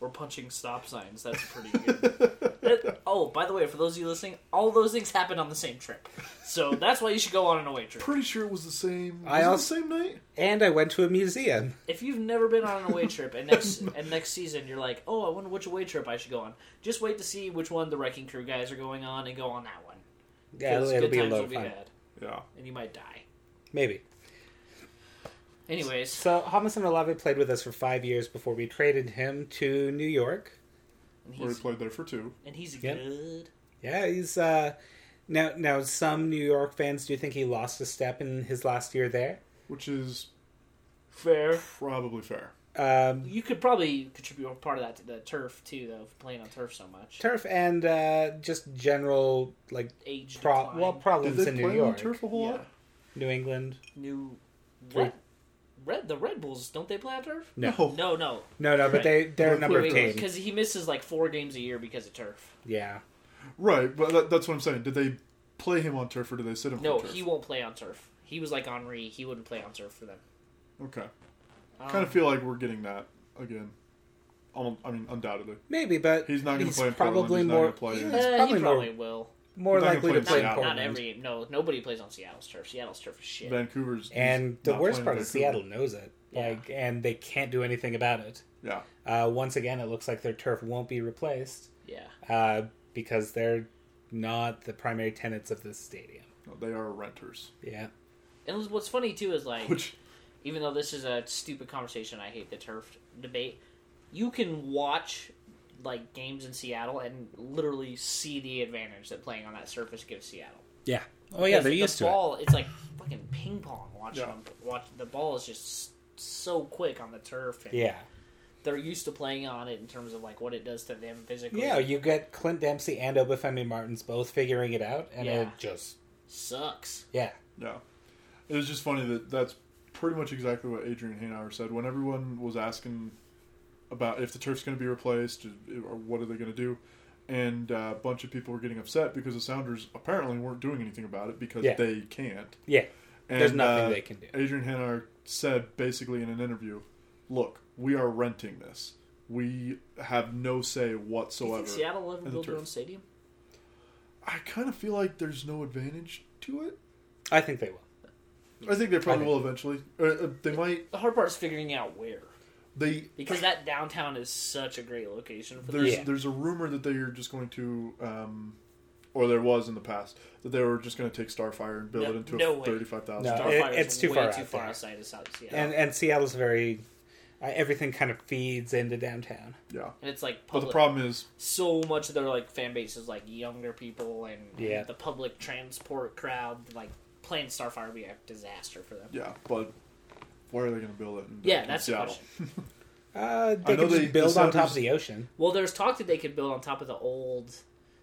Speaker 2: Or punching stop signs. That's pretty good. That- oh, by the way, for those of you listening, all those things happen on the same trip. So that's why you should go on an away trip.
Speaker 4: Pretty sure it was the same.
Speaker 3: I
Speaker 4: was it
Speaker 3: also-
Speaker 4: the same night.
Speaker 3: And I went to a museum.
Speaker 2: If you've never been on an away trip and next and next season you're like, oh, I wonder which away trip I should go on. Just wait to see which one the wrecking crew guys are going on and go on that one.
Speaker 3: Yeah, it'll,
Speaker 2: 'Cause
Speaker 3: it'll
Speaker 2: good
Speaker 3: be a
Speaker 2: times
Speaker 3: load
Speaker 2: will
Speaker 3: of
Speaker 2: be
Speaker 3: fun.
Speaker 2: bad,
Speaker 4: Yeah,
Speaker 2: and you might die.
Speaker 3: Maybe.
Speaker 2: Anyways,
Speaker 3: So Hamas and Olave played with us for five years before we traded him to New York.
Speaker 2: and
Speaker 4: where we
Speaker 2: he's,
Speaker 4: played there for two.
Speaker 2: and he's
Speaker 3: Yep.
Speaker 2: good.
Speaker 3: Yeah, he's uh now now some New York fans do think he lost a step in his last year there.
Speaker 4: which is
Speaker 2: Fair.
Speaker 4: probably fair.
Speaker 3: Um
Speaker 2: You could probably contribute a part of that to the turf too, though, for playing on turf so much.
Speaker 3: turf and uh just general like
Speaker 2: Age
Speaker 3: pro-
Speaker 2: decline.
Speaker 3: well
Speaker 4: Did
Speaker 3: problems
Speaker 4: they
Speaker 3: in New
Speaker 4: play on
Speaker 3: York.
Speaker 4: turf a whole
Speaker 2: yeah.
Speaker 4: lot?
Speaker 3: New England.
Speaker 2: New
Speaker 3: Three.
Speaker 2: what? Red the Red Bulls don't they play on turf?
Speaker 3: No.
Speaker 4: No.
Speaker 2: No, no.
Speaker 3: No, no, but they they're a number
Speaker 2: wait,
Speaker 3: team.
Speaker 2: because he misses like four games a year because of turf.
Speaker 3: Yeah.
Speaker 4: Right, but that, that's what I'm saying. Did they play him on turf or did they sit him?
Speaker 2: No,
Speaker 4: on turf?
Speaker 2: he won't play on turf. He was like Henri. He wouldn't play on turf for them.
Speaker 4: Okay,
Speaker 2: Um,
Speaker 4: kind of feel like we're getting that again. almost, I mean, undoubtedly.
Speaker 3: Maybe, but
Speaker 4: He's not gonna play in Portland,
Speaker 3: probably
Speaker 4: he's not
Speaker 3: more.
Speaker 4: gonna play
Speaker 3: yeah,
Speaker 4: in-
Speaker 3: he's
Speaker 2: Uh,
Speaker 3: probably
Speaker 2: he
Speaker 3: more,
Speaker 2: probably will.
Speaker 3: more
Speaker 4: He's not gonna
Speaker 3: likely
Speaker 4: play
Speaker 3: to
Speaker 4: in
Speaker 3: play in
Speaker 4: Seattle.
Speaker 3: Portland.
Speaker 2: Not every. No, nobody plays on Seattle's turf. Seattle's turf is shit.
Speaker 4: Vancouver's
Speaker 3: and
Speaker 4: he's
Speaker 3: the
Speaker 4: not
Speaker 3: worst
Speaker 4: playing
Speaker 3: part
Speaker 4: in
Speaker 3: is
Speaker 4: Vancouver.
Speaker 3: Seattle knows it.
Speaker 2: Yeah.
Speaker 3: Like, and they can't do anything about it.
Speaker 4: Yeah,
Speaker 3: Uh, once again, it looks like their turf won't be replaced
Speaker 2: yeah.
Speaker 3: uh, because they're not the primary tenants of this stadium.
Speaker 4: No, they are renters.
Speaker 3: Yeah.
Speaker 2: And what's funny too is like,
Speaker 4: Which
Speaker 2: even though this is a stupid conversation, I hate the turf debate. You can watch like games in Seattle and literally see the advantage that playing on that surface gives Seattle.
Speaker 3: Yeah. Oh yeah,
Speaker 2: Because
Speaker 3: they're used
Speaker 2: the
Speaker 3: to it.
Speaker 2: ball, It's like fucking ping pong. Watching
Speaker 4: Yeah.
Speaker 2: them, watch the ball is just so quick on the turf. And
Speaker 3: Yeah.
Speaker 2: they're used to playing on it in terms of like what it does to them physically.
Speaker 3: Yeah, you get Clint Dempsey and Obafemi Martins both figuring it out, and it
Speaker 2: Yeah.
Speaker 3: just
Speaker 2: sucks.
Speaker 3: yeah,
Speaker 4: Yeah. It was just funny that that's pretty much exactly what Adrian Hanauer said. When everyone was asking about if the turf's going to be replaced or what are they going to do, and uh, a bunch of people were getting upset because the Sounders apparently weren't doing anything about it because
Speaker 3: Yeah.
Speaker 4: they can't.
Speaker 3: yeah,
Speaker 4: And,
Speaker 3: There's nothing
Speaker 4: uh,
Speaker 3: they can do.
Speaker 4: Adrian Hanauer said basically in an interview, "Look, we are renting this. We have no say
Speaker 2: Do you
Speaker 4: whatsoever."
Speaker 2: think Seattle will ever
Speaker 4: the
Speaker 2: build their
Speaker 4: turf.
Speaker 2: own stadium?
Speaker 4: I kind of feel like there's no advantage to it.
Speaker 3: I think they will.
Speaker 4: I think they probably
Speaker 3: I think-
Speaker 4: will eventually. Uh, uh, they might.
Speaker 2: The hard part is figuring out where,
Speaker 4: They
Speaker 2: because that downtown is such a great location for
Speaker 4: There's
Speaker 2: this.
Speaker 3: Yeah.
Speaker 4: there's a rumor that they are just going to, um, or there was in the past that they were just going to take Starfire and build
Speaker 2: No-
Speaker 4: it into
Speaker 2: no
Speaker 4: a
Speaker 2: way.
Speaker 4: thirty-five thousand.
Speaker 3: No.
Speaker 4: dollar
Speaker 3: It-
Speaker 2: Starfire is
Speaker 3: it's too
Speaker 2: way
Speaker 3: far
Speaker 2: too
Speaker 3: out
Speaker 2: far
Speaker 3: there.
Speaker 2: outside of South Seattle,
Speaker 3: And
Speaker 2: and,
Speaker 3: and Seattle's very, uh, everything kind of feeds into downtown.
Speaker 4: Yeah,
Speaker 2: it's like
Speaker 4: but
Speaker 2: public.
Speaker 4: the problem is,
Speaker 2: so much of their like fan base is like younger people and
Speaker 3: Yeah.
Speaker 2: the public transport crowd. Like playing Starfire would be a disaster for them.
Speaker 4: yeah, but where are they going to build it? In,
Speaker 2: Yeah,
Speaker 4: in
Speaker 2: that's the
Speaker 4: Seattle.
Speaker 2: question.
Speaker 3: Uh, they
Speaker 4: I know
Speaker 3: could just
Speaker 4: they- the
Speaker 3: build on top
Speaker 4: Sounders-
Speaker 3: of the ocean.
Speaker 2: Well, there's talk that they could build on top of the old.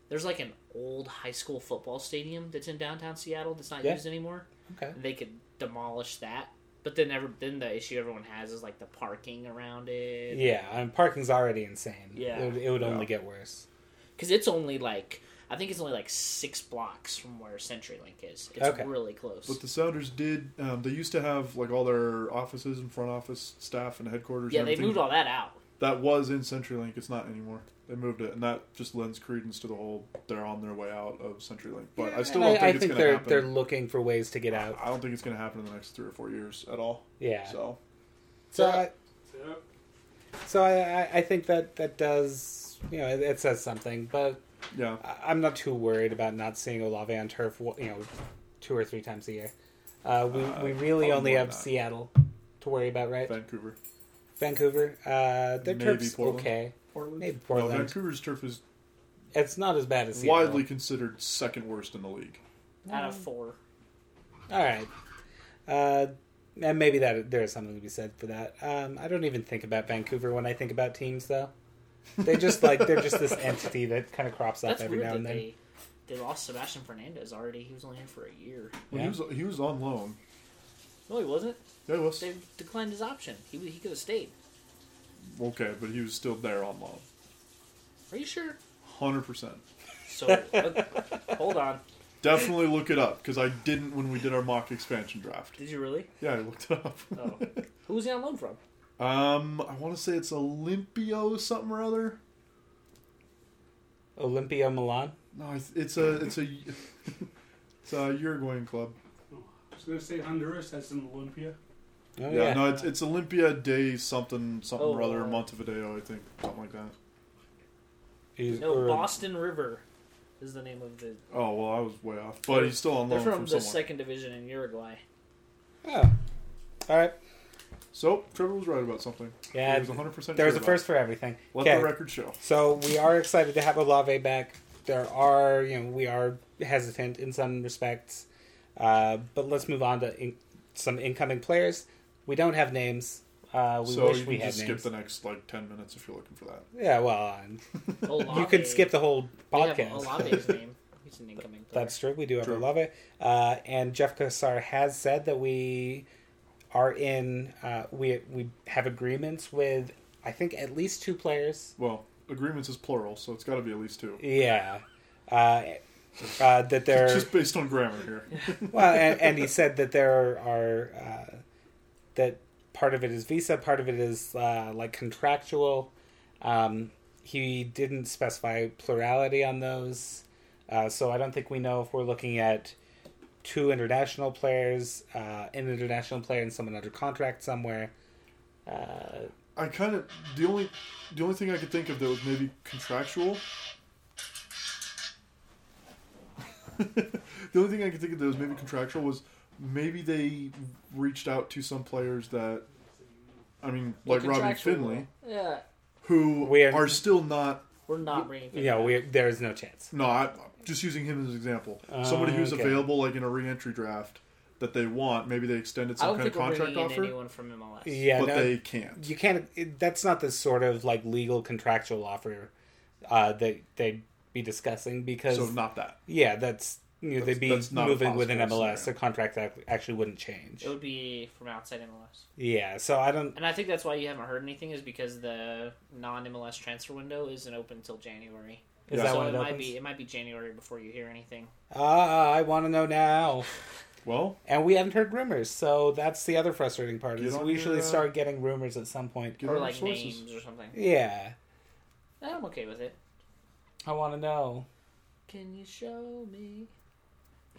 Speaker 2: There's like an old high school football stadium that's in downtown Seattle that's not
Speaker 3: Yeah.
Speaker 2: used anymore.
Speaker 3: Okay.
Speaker 2: They could demolish that, but then ever then the issue everyone has is like the parking around it.
Speaker 3: Yeah, and parking's already insane.
Speaker 2: Yeah.
Speaker 3: it would, it would only
Speaker 4: Yeah.
Speaker 3: get worse.
Speaker 2: because it's only like I think it's only like six blocks from where CenturyLink is. It's
Speaker 3: Okay.
Speaker 2: really close.
Speaker 4: But the Sounders did. Um, they used to have like all their offices and front office staff and headquarters.
Speaker 2: yeah,
Speaker 4: and
Speaker 2: they
Speaker 4: everything.
Speaker 2: moved all that out.
Speaker 4: That was in CenturyLink. It's not anymore. They moved it, and that just lends credence to the whole they're on their way out of CenturyLink. But I still
Speaker 3: And
Speaker 4: don't think
Speaker 3: I, think
Speaker 4: it's going to
Speaker 3: they're
Speaker 4: happen.
Speaker 3: they're looking for ways to get out.
Speaker 4: I don't think it's going to happen in the next three or four years at all.
Speaker 3: Yeah.
Speaker 4: So
Speaker 3: So, I, so I, I- I think that that does you know it, it says something, but
Speaker 4: yeah.
Speaker 3: I- I'm not too worried about not seeing Olave on turf. wa- You know, two or three times a year. Uh, we
Speaker 4: Uh,
Speaker 3: we
Speaker 4: probably
Speaker 3: really only
Speaker 4: more
Speaker 3: have
Speaker 4: than that.
Speaker 3: Seattle to worry about, right?
Speaker 4: Vancouver,
Speaker 3: Vancouver. Uh, their
Speaker 4: Maybe
Speaker 3: turf's
Speaker 4: Portland.
Speaker 3: okay.
Speaker 4: Portland.
Speaker 3: Maybe
Speaker 4: No,
Speaker 3: Portland.
Speaker 4: Vancouver's turf is
Speaker 3: it's not as bad as Seattle.
Speaker 4: widely considered second worst in the league.
Speaker 2: Out of four,
Speaker 3: All right. Uh, and maybe that there is something to be said for that. Um, I don't even think about Vancouver when I think about teams, though. They just like they're just this entity that kind of crops up
Speaker 2: that's
Speaker 3: every
Speaker 2: weird
Speaker 3: now
Speaker 2: that
Speaker 3: and then.
Speaker 2: they they lost Sebastian Fernandez already. He was only here for a year.
Speaker 4: Well,
Speaker 3: Yeah.
Speaker 4: He was he was on loan.
Speaker 2: No, he wasn't.
Speaker 4: Yeah, he was
Speaker 2: They declined his option. He he could have stayed.
Speaker 4: okay, but he was still there on loan.
Speaker 2: Are you sure?
Speaker 4: Hundred percent.
Speaker 2: So uh, hold on.
Speaker 4: Definitely look it up because I didn't when we did our mock expansion draft.
Speaker 2: Did you really?
Speaker 4: Yeah, I looked it up.
Speaker 2: Oh, who was he on loan from?
Speaker 4: um, I want to say it's Olympio something or other.
Speaker 3: Olympia Milan.
Speaker 4: No, it's- it's a it's a it's a Uruguayan club.
Speaker 6: I was going to say Honduras has an Olympia.
Speaker 3: Oh,
Speaker 4: Yeah, no, it's it's Olympia Day something something
Speaker 2: Oh,
Speaker 4: or other
Speaker 2: uh,
Speaker 4: Montevideo, I think, something like that.
Speaker 3: He's-
Speaker 2: No,
Speaker 3: or-
Speaker 2: Boston River is the name of the.
Speaker 4: Oh well, I was way off, but he's still on
Speaker 2: They're
Speaker 4: loan from,
Speaker 2: from, the
Speaker 4: someone.
Speaker 2: second division in Uruguay.
Speaker 3: Oh. All right.
Speaker 4: so Trevor was right about something.
Speaker 3: Yeah,
Speaker 4: he was 100 percent.
Speaker 3: There's a first for everything.
Speaker 4: Let
Speaker 3: Okay,
Speaker 4: the record show.
Speaker 3: so we are excited to have Olave back. There are, you know, we are hesitant in some respects, uh, but let's move on to in- some incoming players. We don't have names. Uh, we
Speaker 4: so
Speaker 3: wish
Speaker 4: you
Speaker 3: we
Speaker 4: can
Speaker 3: had
Speaker 4: just skip
Speaker 3: names.
Speaker 4: the next like 10 minutes if you're looking for that.
Speaker 3: yeah, well, um, you
Speaker 2: Olave.
Speaker 3: could skip the whole
Speaker 2: We have
Speaker 3: podcast.
Speaker 2: Olave's name. He's an incoming player.
Speaker 3: That's true. We do have
Speaker 4: True.
Speaker 3: Olave, uh, and Jeff Kassar has said that we are in. Uh, we we have agreements with, I think, at least two players
Speaker 4: Well, agreements is plural, so it's got to be at least two.
Speaker 3: Yeah. Uh, uh, that there,
Speaker 4: Just based on grammar here.
Speaker 3: well, and, and he said that there are uh, that part of it is visa, part of it is uh, like contractual, Um, he didn't specify plurality on those, uh, so I don't think we know if we're looking at two international players, uh, an international player, and someone under contract somewhere. Uh,
Speaker 4: I kind of the only the only thing I could think of that was maybe contractual. the only thing I could think of that was maybe contractual was maybe they reached out to some players that, I mean, like Robin
Speaker 2: Contractual.
Speaker 4: Finley,
Speaker 2: Yeah,
Speaker 4: who
Speaker 3: We are-
Speaker 4: are still not.
Speaker 2: we're not bringing.
Speaker 3: you know, we, there is no chance.
Speaker 4: No, I, just using him as an example.
Speaker 3: Uh,
Speaker 4: Somebody who's
Speaker 3: okay.
Speaker 4: available, like in a re-entry draft, that they want. Maybe they extended
Speaker 2: I don't
Speaker 4: some kind of
Speaker 2: think we're
Speaker 4: contract
Speaker 2: bringing in
Speaker 4: offer,
Speaker 2: anyone from MLS.
Speaker 3: Yeah,
Speaker 4: but
Speaker 3: no,
Speaker 4: they can't.
Speaker 3: you can't. It, that's not the sort of like legal contractual offer uh, that they'd be discussing because
Speaker 4: So not that.
Speaker 3: yeah, that's you know
Speaker 4: That's-
Speaker 3: they'd be
Speaker 4: that's not a
Speaker 3: moving within MLS.
Speaker 4: possible
Speaker 3: Their
Speaker 4: scenario.
Speaker 3: contract act- actually wouldn't change.
Speaker 2: It would be from outside MLS.
Speaker 3: Yeah, so I don't.
Speaker 2: And I think that's why you haven't heard anything is because the non MLS transfer window isn't open until January.
Speaker 3: Is
Speaker 4: Yeah.
Speaker 3: that
Speaker 2: so
Speaker 3: when
Speaker 2: it
Speaker 3: it
Speaker 2: might
Speaker 3: opens?
Speaker 2: be it might be January before you hear anything.
Speaker 3: Ah, I want to know now.
Speaker 4: Well,
Speaker 3: And we haven't heard rumors, so that's the other frustrating part.
Speaker 4: Get
Speaker 3: Is
Speaker 4: on
Speaker 3: we
Speaker 4: your,
Speaker 3: usually
Speaker 4: uh,
Speaker 3: start getting rumors at some point.
Speaker 4: get
Speaker 2: Or
Speaker 4: other
Speaker 2: like
Speaker 4: sources. Oh,
Speaker 2: names or something.
Speaker 3: Yeah,
Speaker 2: I'm okay with it.
Speaker 3: I want to know.
Speaker 2: Can you show me?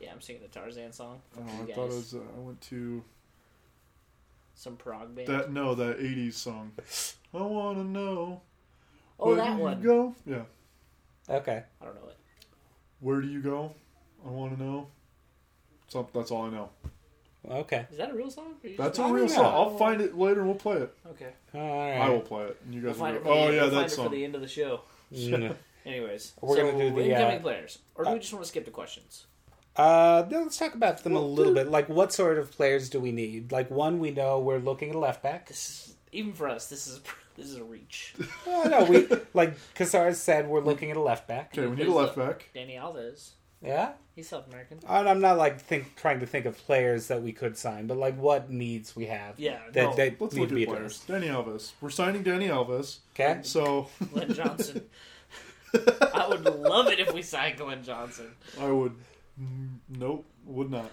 Speaker 2: Yeah, I'm singing the Tarzan song.
Speaker 4: Oh,
Speaker 2: Fuck you
Speaker 4: I
Speaker 2: guys.
Speaker 4: thought it was. Uh, I went to
Speaker 2: Some prog band.
Speaker 4: that. No, that '80s song. I wanna know.
Speaker 2: oh,
Speaker 4: where do
Speaker 2: that
Speaker 4: you
Speaker 2: one.
Speaker 4: Go. Yeah.
Speaker 3: Okay,
Speaker 2: I don't know it.
Speaker 4: Where do you go? I wanna know. So that's all I know.
Speaker 3: okay,
Speaker 2: Is that a real song? Or you
Speaker 4: That's
Speaker 2: just-
Speaker 4: a
Speaker 3: I
Speaker 4: real
Speaker 3: don't
Speaker 4: song.
Speaker 3: know.
Speaker 4: I'll find it later and we'll play it.
Speaker 2: okay.
Speaker 3: all right.
Speaker 4: I will play it. And you
Speaker 2: We'll
Speaker 4: guys
Speaker 2: find
Speaker 4: will
Speaker 2: it.
Speaker 4: go,
Speaker 2: For the,
Speaker 4: Oh yeah,
Speaker 2: we'll
Speaker 4: that
Speaker 2: find it
Speaker 4: song.
Speaker 2: for the end of the show.
Speaker 3: Mm.
Speaker 2: Anyways,
Speaker 3: We're
Speaker 2: so
Speaker 3: gonna do the,
Speaker 2: incoming
Speaker 3: uh,
Speaker 2: players, or do
Speaker 3: uh,
Speaker 2: we just want to skip to questions?
Speaker 3: Uh, no, let's talk about them a little bit. Like, what sort of players do we need? Like, one, we know we're looking at a left back.
Speaker 2: This is even for us. This is this is a reach.
Speaker 3: Oh, no, we like Cassar said we're looking at a left back.
Speaker 4: Okay, we need a
Speaker 2: Please
Speaker 4: left
Speaker 2: look.
Speaker 4: back.
Speaker 2: Danny Alves.
Speaker 3: Yeah,
Speaker 2: He's South American.
Speaker 3: and I'm not like think trying to think of players that we could sign, but like what needs we have.
Speaker 2: Yeah,
Speaker 3: that
Speaker 4: No,
Speaker 3: that
Speaker 4: let's
Speaker 3: need
Speaker 4: look
Speaker 3: to be
Speaker 4: at players.
Speaker 3: addressed.
Speaker 4: Danny Elvis. We're signing Danny Elvis.
Speaker 3: Okay,
Speaker 4: So
Speaker 2: Glenn Johnson. I would love it if we signed Glenn Johnson.
Speaker 4: I would. mm, Nope, would not.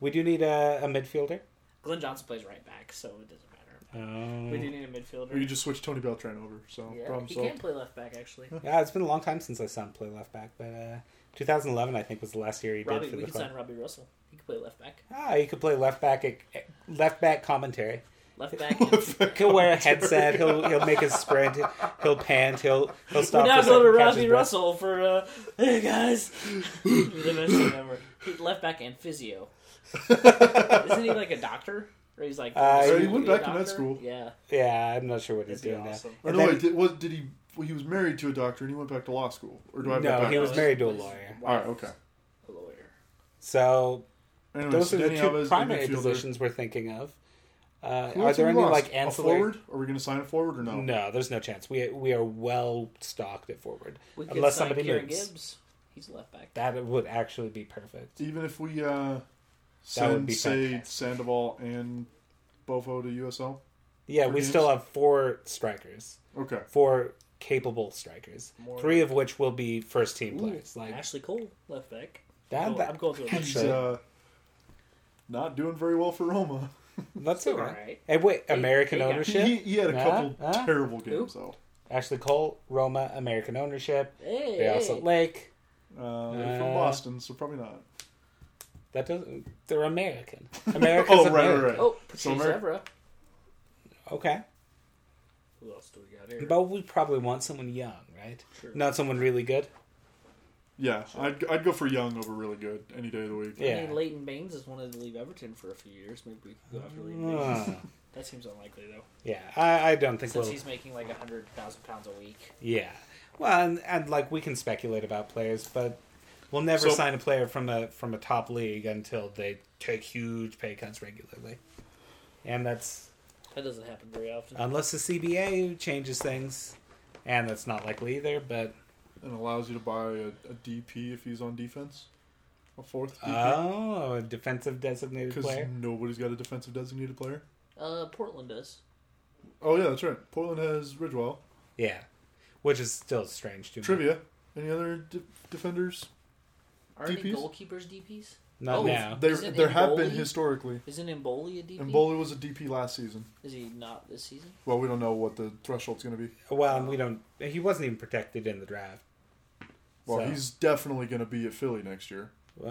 Speaker 3: we do need a, a midfielder.
Speaker 2: Glenn Johnson plays right back, so it doesn't matter.
Speaker 3: Oh.
Speaker 2: We do need a midfielder.
Speaker 4: we could just switch Tony Beltran over. So
Speaker 2: yeah,
Speaker 4: problem
Speaker 2: he
Speaker 4: solved.
Speaker 2: can play left back actually.
Speaker 3: Yeah, it's been a long time since I saw him play left back, but uh, 2011 I think was the last year he
Speaker 2: Robbie,
Speaker 3: did for
Speaker 2: we
Speaker 3: the
Speaker 2: could
Speaker 3: club.
Speaker 2: sign Robbie Russell. He could play left back.
Speaker 3: Ah, he could play left back, at- left back commentary.
Speaker 2: Left back. And... We're
Speaker 3: He'll wear a headset. He'll he'll make his sprint. He'll pant. He'll he'll stop.
Speaker 2: now
Speaker 3: for a
Speaker 2: go
Speaker 3: second,
Speaker 2: to
Speaker 3: catch his
Speaker 2: Robbie
Speaker 3: breath.
Speaker 2: Russell for uh, hey guys. the best thing ever. He- left back and physio. Isn't he like a doctor? Or he's like
Speaker 3: Uh,
Speaker 2: supposed
Speaker 3: he
Speaker 2: to
Speaker 4: went
Speaker 2: be a
Speaker 4: back to med
Speaker 2: doctor?
Speaker 4: school.
Speaker 2: Yeah,
Speaker 3: Yeah, I'm not sure what he's
Speaker 2: that'd be
Speaker 3: doing
Speaker 2: awesome.
Speaker 3: now.
Speaker 4: Or
Speaker 3: And
Speaker 4: no,
Speaker 3: then-
Speaker 4: wait, did, was, did he? Well, he was married to a doctor, and he went back to law school. Or do I have that
Speaker 3: No, he
Speaker 4: backwards?
Speaker 3: was married to a lawyer.
Speaker 4: All right, okay.
Speaker 2: Oh, A lawyer.
Speaker 3: So
Speaker 4: Anyways,
Speaker 3: those are the
Speaker 4: Danny Alves,
Speaker 3: two
Speaker 4: a
Speaker 3: primary
Speaker 4: midfielder.
Speaker 3: positions we're thinking of. Uh,
Speaker 4: Who
Speaker 3: are
Speaker 4: else
Speaker 3: there
Speaker 4: have
Speaker 3: any
Speaker 4: we lost?
Speaker 3: like
Speaker 4: A
Speaker 3: ancillary?
Speaker 4: forward? Are we going to sign a forward or no?
Speaker 3: No, there's no chance. We we are well stocked at forward,
Speaker 2: We could
Speaker 3: unless
Speaker 2: sign
Speaker 3: somebody
Speaker 2: Kieran
Speaker 3: moves.
Speaker 2: Gibbs. He's left back.
Speaker 3: That would actually be perfect.
Speaker 4: Even if we
Speaker 3: That
Speaker 4: uh,
Speaker 3: would
Speaker 4: send
Speaker 3: be
Speaker 4: say
Speaker 3: fantastic.
Speaker 4: Sandoval and Bofo to USL.
Speaker 3: Yeah,
Speaker 4: Three
Speaker 3: we
Speaker 4: games?
Speaker 3: still have four strikers,
Speaker 4: Okay.
Speaker 3: four capable strikers,
Speaker 2: More-
Speaker 3: three of which will be first team
Speaker 4: Ooh,
Speaker 3: players. Like
Speaker 2: Ashley Cole, left back.
Speaker 3: that,
Speaker 2: Oh,
Speaker 3: that-
Speaker 2: I'm going to a
Speaker 4: He's
Speaker 3: Sure.
Speaker 4: uh, not doing very well for Roma.
Speaker 3: that's
Speaker 2: All
Speaker 3: all right.
Speaker 2: right.
Speaker 3: And wait,
Speaker 2: Hey,
Speaker 3: American
Speaker 2: hey, yeah.
Speaker 4: He,
Speaker 3: ownership.
Speaker 4: he he had a
Speaker 3: Huh?
Speaker 4: couple
Speaker 3: Huh?
Speaker 4: terrible games
Speaker 3: Ashley Cole, Roma, American ownership.
Speaker 2: Hey,
Speaker 3: They also Lake.
Speaker 4: though. Uh, they're from
Speaker 3: Uh,
Speaker 4: Boston, so probably not.
Speaker 3: That doesn't. They're American. America's
Speaker 4: Oh, right,
Speaker 3: American.
Speaker 4: right, right.
Speaker 2: oh,
Speaker 4: So
Speaker 2: Patrice
Speaker 4: Ameri-
Speaker 2: Evra.
Speaker 3: Okay,
Speaker 2: Who else do we got here?
Speaker 3: but we probably want someone young, right?
Speaker 2: Sure.
Speaker 3: Not someone really good.
Speaker 4: Yeah, I'd, I'd go for Young over really good any day of the week.
Speaker 3: Yeah.
Speaker 2: I mean, Leighton Baines has wanted to leave Everton for a few years. Maybe we could go after Leighton Baines.
Speaker 3: Uh,
Speaker 2: That seems unlikely, though,
Speaker 3: yeah, I, I don't think
Speaker 2: since
Speaker 3: we'll.
Speaker 2: he's making like hundred thousand pounds a week.
Speaker 3: Yeah, well, and, and like we can speculate about players, but we'll never
Speaker 4: So-
Speaker 3: sign a player from a from a top league until they take huge pay cuts regularly, and that's
Speaker 2: That doesn't happen very often.
Speaker 4: Uh,
Speaker 3: unless the CBA changes things, and that's not likely either. But
Speaker 4: And allows you to buy a, a DP if he's on defense, a fourth DP
Speaker 3: oh, a defensive designated
Speaker 4: because
Speaker 3: player.
Speaker 4: nobody's got a defensive designated player.
Speaker 2: Uh, Portland does.
Speaker 4: Oh yeah, that's right. Portland has Ridgewell.
Speaker 3: Yeah, which is still strange to me.
Speaker 4: Trivia. Any other d- defenders?
Speaker 2: Are any
Speaker 4: DPs?
Speaker 2: goalkeepers DPs?
Speaker 3: Not
Speaker 2: Oh,
Speaker 3: now.
Speaker 4: There,
Speaker 2: Is it
Speaker 4: there have been
Speaker 2: Mboli?
Speaker 4: historically.
Speaker 2: Isn't Emboli a DP?
Speaker 4: Mboli was a DP last season.
Speaker 2: Is he not this season?
Speaker 4: Well, we don't know what the threshold's going to be.
Speaker 3: Well, we don't. He wasn't even protected in the draft.
Speaker 4: Well,
Speaker 3: So-
Speaker 4: he's definitely going to be at Philly next year.
Speaker 3: What?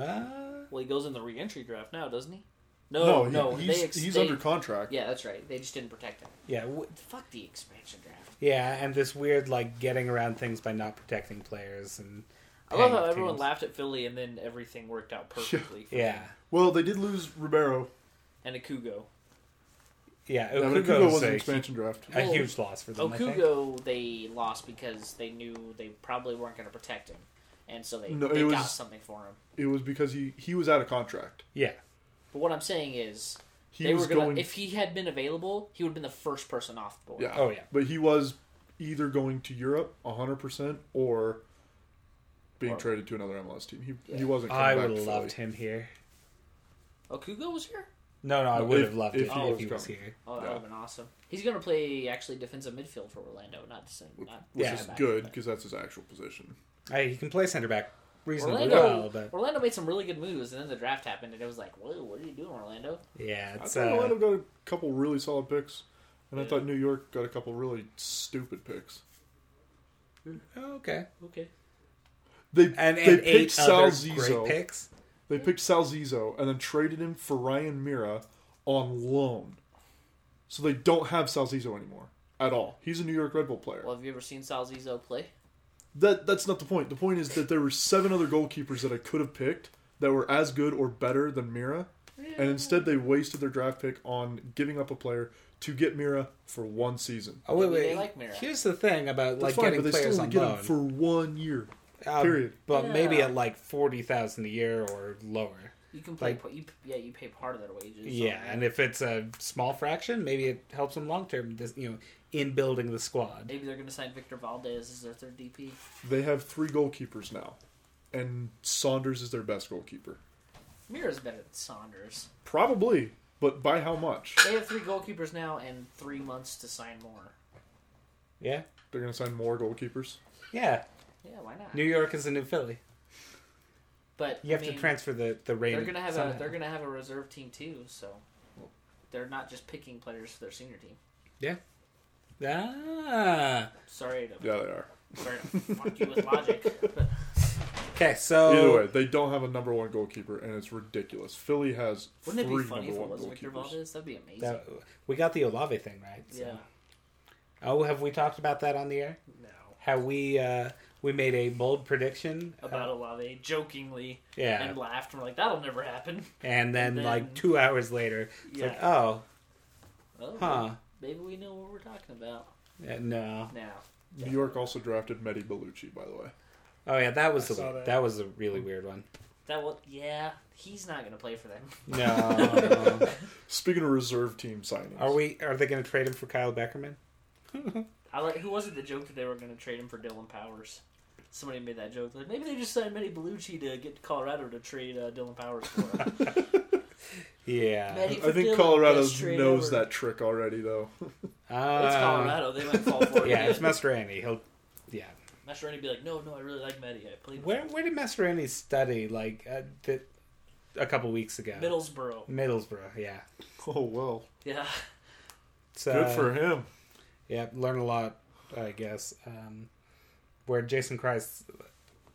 Speaker 2: Well, he goes in the re-entry draft now, doesn't he?
Speaker 4: No,
Speaker 2: No,
Speaker 4: he-
Speaker 2: no,
Speaker 4: he's,
Speaker 2: they ex-
Speaker 4: he's
Speaker 2: they-
Speaker 4: under contract.
Speaker 2: Yeah, that's right. They just didn't protect him.
Speaker 3: Yeah, w-
Speaker 2: Fuck the expansion draft.
Speaker 3: yeah, and this weird like getting around things by not protecting players and.
Speaker 2: I love how
Speaker 3: paying
Speaker 2: everyone
Speaker 3: teams.
Speaker 2: laughed at Philly, and then everything worked out perfectly. for
Speaker 3: Yeah,
Speaker 2: him.
Speaker 4: Well, they did lose Ribeiro.
Speaker 2: and Akugo.
Speaker 3: yeah.
Speaker 4: Yeah, but
Speaker 3: Okugo
Speaker 4: Okugo was
Speaker 3: was
Speaker 4: an
Speaker 3: a,
Speaker 4: expansion draft.
Speaker 3: a
Speaker 2: Well,
Speaker 3: huge loss for them. I think.
Speaker 2: Okugo, they lost because they knew they probably weren't going to protect him, and so they,
Speaker 4: No,
Speaker 2: they
Speaker 4: it
Speaker 2: got
Speaker 4: was-
Speaker 2: something for him.
Speaker 4: It was because he, he was out of contract.
Speaker 3: Yeah,
Speaker 2: But what I'm saying is,
Speaker 4: He
Speaker 2: they
Speaker 4: was
Speaker 2: were gonna,
Speaker 4: going.
Speaker 2: If he had been available, he would have been the first person off the board.
Speaker 4: yeah.
Speaker 3: Oh, yeah.
Speaker 4: But he was either going to Europe 100% or being
Speaker 2: Or-
Speaker 4: traded to another MLS team. He,
Speaker 2: Yeah.
Speaker 4: he wasn't coming
Speaker 3: I
Speaker 4: back
Speaker 3: would
Speaker 4: to
Speaker 3: have
Speaker 4: Philly.
Speaker 3: loved him here.
Speaker 2: Okugo was here.
Speaker 3: No, no, I
Speaker 4: No,
Speaker 3: would
Speaker 4: if-
Speaker 3: have loved
Speaker 4: if
Speaker 3: it
Speaker 4: he
Speaker 3: if
Speaker 4: was
Speaker 3: he was
Speaker 4: coming.
Speaker 3: here.
Speaker 2: Oh, that
Speaker 4: Yeah.
Speaker 2: would have been awesome. He's going to play actually defensive midfield for Orlando, not just not
Speaker 4: Which
Speaker 3: Yeah.
Speaker 4: is
Speaker 2: center back.
Speaker 4: good because that's his actual position.
Speaker 3: I, he can play center back reasonably
Speaker 2: Orlando,
Speaker 3: well, but
Speaker 2: Orlando made some really good moves, and then the draft happened, and it was like, "Whoa, what are you doing, Orlando?"
Speaker 3: yeah,
Speaker 4: I
Speaker 3: it's
Speaker 4: thought
Speaker 3: uh,
Speaker 4: Orlando got a couple really solid picks, and I
Speaker 2: Yeah.
Speaker 4: thought New York got a couple really stupid picks.
Speaker 3: oh, okay.
Speaker 2: Okay,
Speaker 4: They
Speaker 3: And, and
Speaker 4: they picked
Speaker 3: eight
Speaker 4: Sal
Speaker 3: other
Speaker 4: Zizo.
Speaker 3: great picks.
Speaker 4: They picked Sal Zizo and then traded him for Ryan Mira on loan. So they don't have Sal Zizo anymore at all. He's a New York Red Bull player.
Speaker 2: well, have you ever seen Salzizo play?
Speaker 4: That that's not the point. The point is that there were seven other goalkeepers that I could have picked that were as good or better than Mira, and instead they wasted their draft pick on giving up a player to get Mira for one season.
Speaker 3: Oh wait,
Speaker 2: Maybe they
Speaker 3: wait.
Speaker 2: like Mira.
Speaker 3: Here's the thing about like
Speaker 4: That's fine,
Speaker 3: getting
Speaker 4: but they
Speaker 3: players
Speaker 4: still
Speaker 3: on
Speaker 4: only get
Speaker 3: loan.
Speaker 4: him for one year.
Speaker 3: Um,
Speaker 4: Period.
Speaker 3: But maybe
Speaker 2: Yeah.
Speaker 3: at like forty thousand a year or lower.
Speaker 2: You can play.
Speaker 3: Like-
Speaker 2: pa- you, p- yeah, you pay part of their wages.
Speaker 3: Yeah,
Speaker 2: on-
Speaker 3: and if it's a small fraction, maybe it helps them long term. This you know, in building the squad.
Speaker 2: maybe they're going to sign Victor Valdez as their third DP.
Speaker 4: They have three goalkeepers now, and Saunders is their best goalkeeper.
Speaker 2: Mira's better than Saunders.
Speaker 4: Probably, but by how much?
Speaker 2: They have three goalkeepers now and three months to sign more.
Speaker 3: Yeah,
Speaker 4: They're going to sign more goalkeepers.
Speaker 3: yeah.
Speaker 2: Yeah, why not?
Speaker 3: New York is a new Philly.
Speaker 2: but
Speaker 3: You have
Speaker 2: I
Speaker 3: to
Speaker 2: mean,
Speaker 3: transfer the the rating.
Speaker 2: They're going to have
Speaker 3: somehow.
Speaker 2: a they're going to have a reserve team too, so they're not just picking players for their senior team.
Speaker 3: Ah.
Speaker 2: Sorry to,
Speaker 4: Yeah, they are.
Speaker 2: sorry to fuck you with logic, but
Speaker 3: Okay, so
Speaker 4: Either way, they don't have a number one goalkeeper, and it's ridiculous. Philly has
Speaker 2: wouldn't it
Speaker 4: three
Speaker 2: be funny if
Speaker 4: number
Speaker 2: it
Speaker 4: one
Speaker 2: was Victor
Speaker 4: goalkeepers.
Speaker 2: Valdez? That'd be amazing.
Speaker 3: that- we got the Olave thing right. so-
Speaker 2: yeah.
Speaker 3: Oh, have we talked about that on the air?
Speaker 2: No.
Speaker 3: How we uh we made a bold prediction
Speaker 2: About
Speaker 3: uh,
Speaker 2: Olave jokingly
Speaker 3: yeah,
Speaker 2: and laughed. and We're like, that'll never happen.
Speaker 3: and then,
Speaker 2: and then-
Speaker 3: like two hours later, it's
Speaker 2: Yeah.
Speaker 3: like oh,
Speaker 2: Oh,
Speaker 3: huh,
Speaker 2: Maybe we know what we're talking about
Speaker 3: Uh, no.
Speaker 2: now.
Speaker 4: New York also drafted Medi Bellucci, by the way.
Speaker 3: Oh yeah, that was
Speaker 6: I
Speaker 3: the
Speaker 6: saw
Speaker 3: that.
Speaker 6: that.
Speaker 3: was a really weird one.
Speaker 2: That will, yeah, he's not gonna play for them.
Speaker 3: No,
Speaker 4: Speaking of reserve team signings,
Speaker 3: are we? Are they going to trade him for Kyle Beckerman?
Speaker 2: I like who was it that joked that they were gonna trade him for Dylan Powers? Somebody made that joke. Like maybe they just signed Medi Bellucci to get Colorado to trade uh, Dylan Powers for him.
Speaker 3: Yeah,
Speaker 2: Medi
Speaker 4: I
Speaker 2: for
Speaker 4: think
Speaker 2: Dylan,
Speaker 4: Colorado
Speaker 2: best trade
Speaker 4: knows
Speaker 2: ever.
Speaker 4: that trick already, though.
Speaker 3: Uh,
Speaker 2: It's Colorado. They might fall for it.
Speaker 3: Yeah, it's
Speaker 2: again.
Speaker 3: Mascherani. He'll. Yeah,
Speaker 2: Mascherani would be like, no, no, I really like Medi. I played
Speaker 3: where where did Mascherani study? Like uh, th- a couple weeks ago,
Speaker 2: Middlesbrough.
Speaker 3: Middlesbrough. Yeah,
Speaker 4: oh well,
Speaker 2: Yeah,
Speaker 3: so
Speaker 4: good for him.
Speaker 3: yeah, learn a lot, I guess. Um, where Jason Christ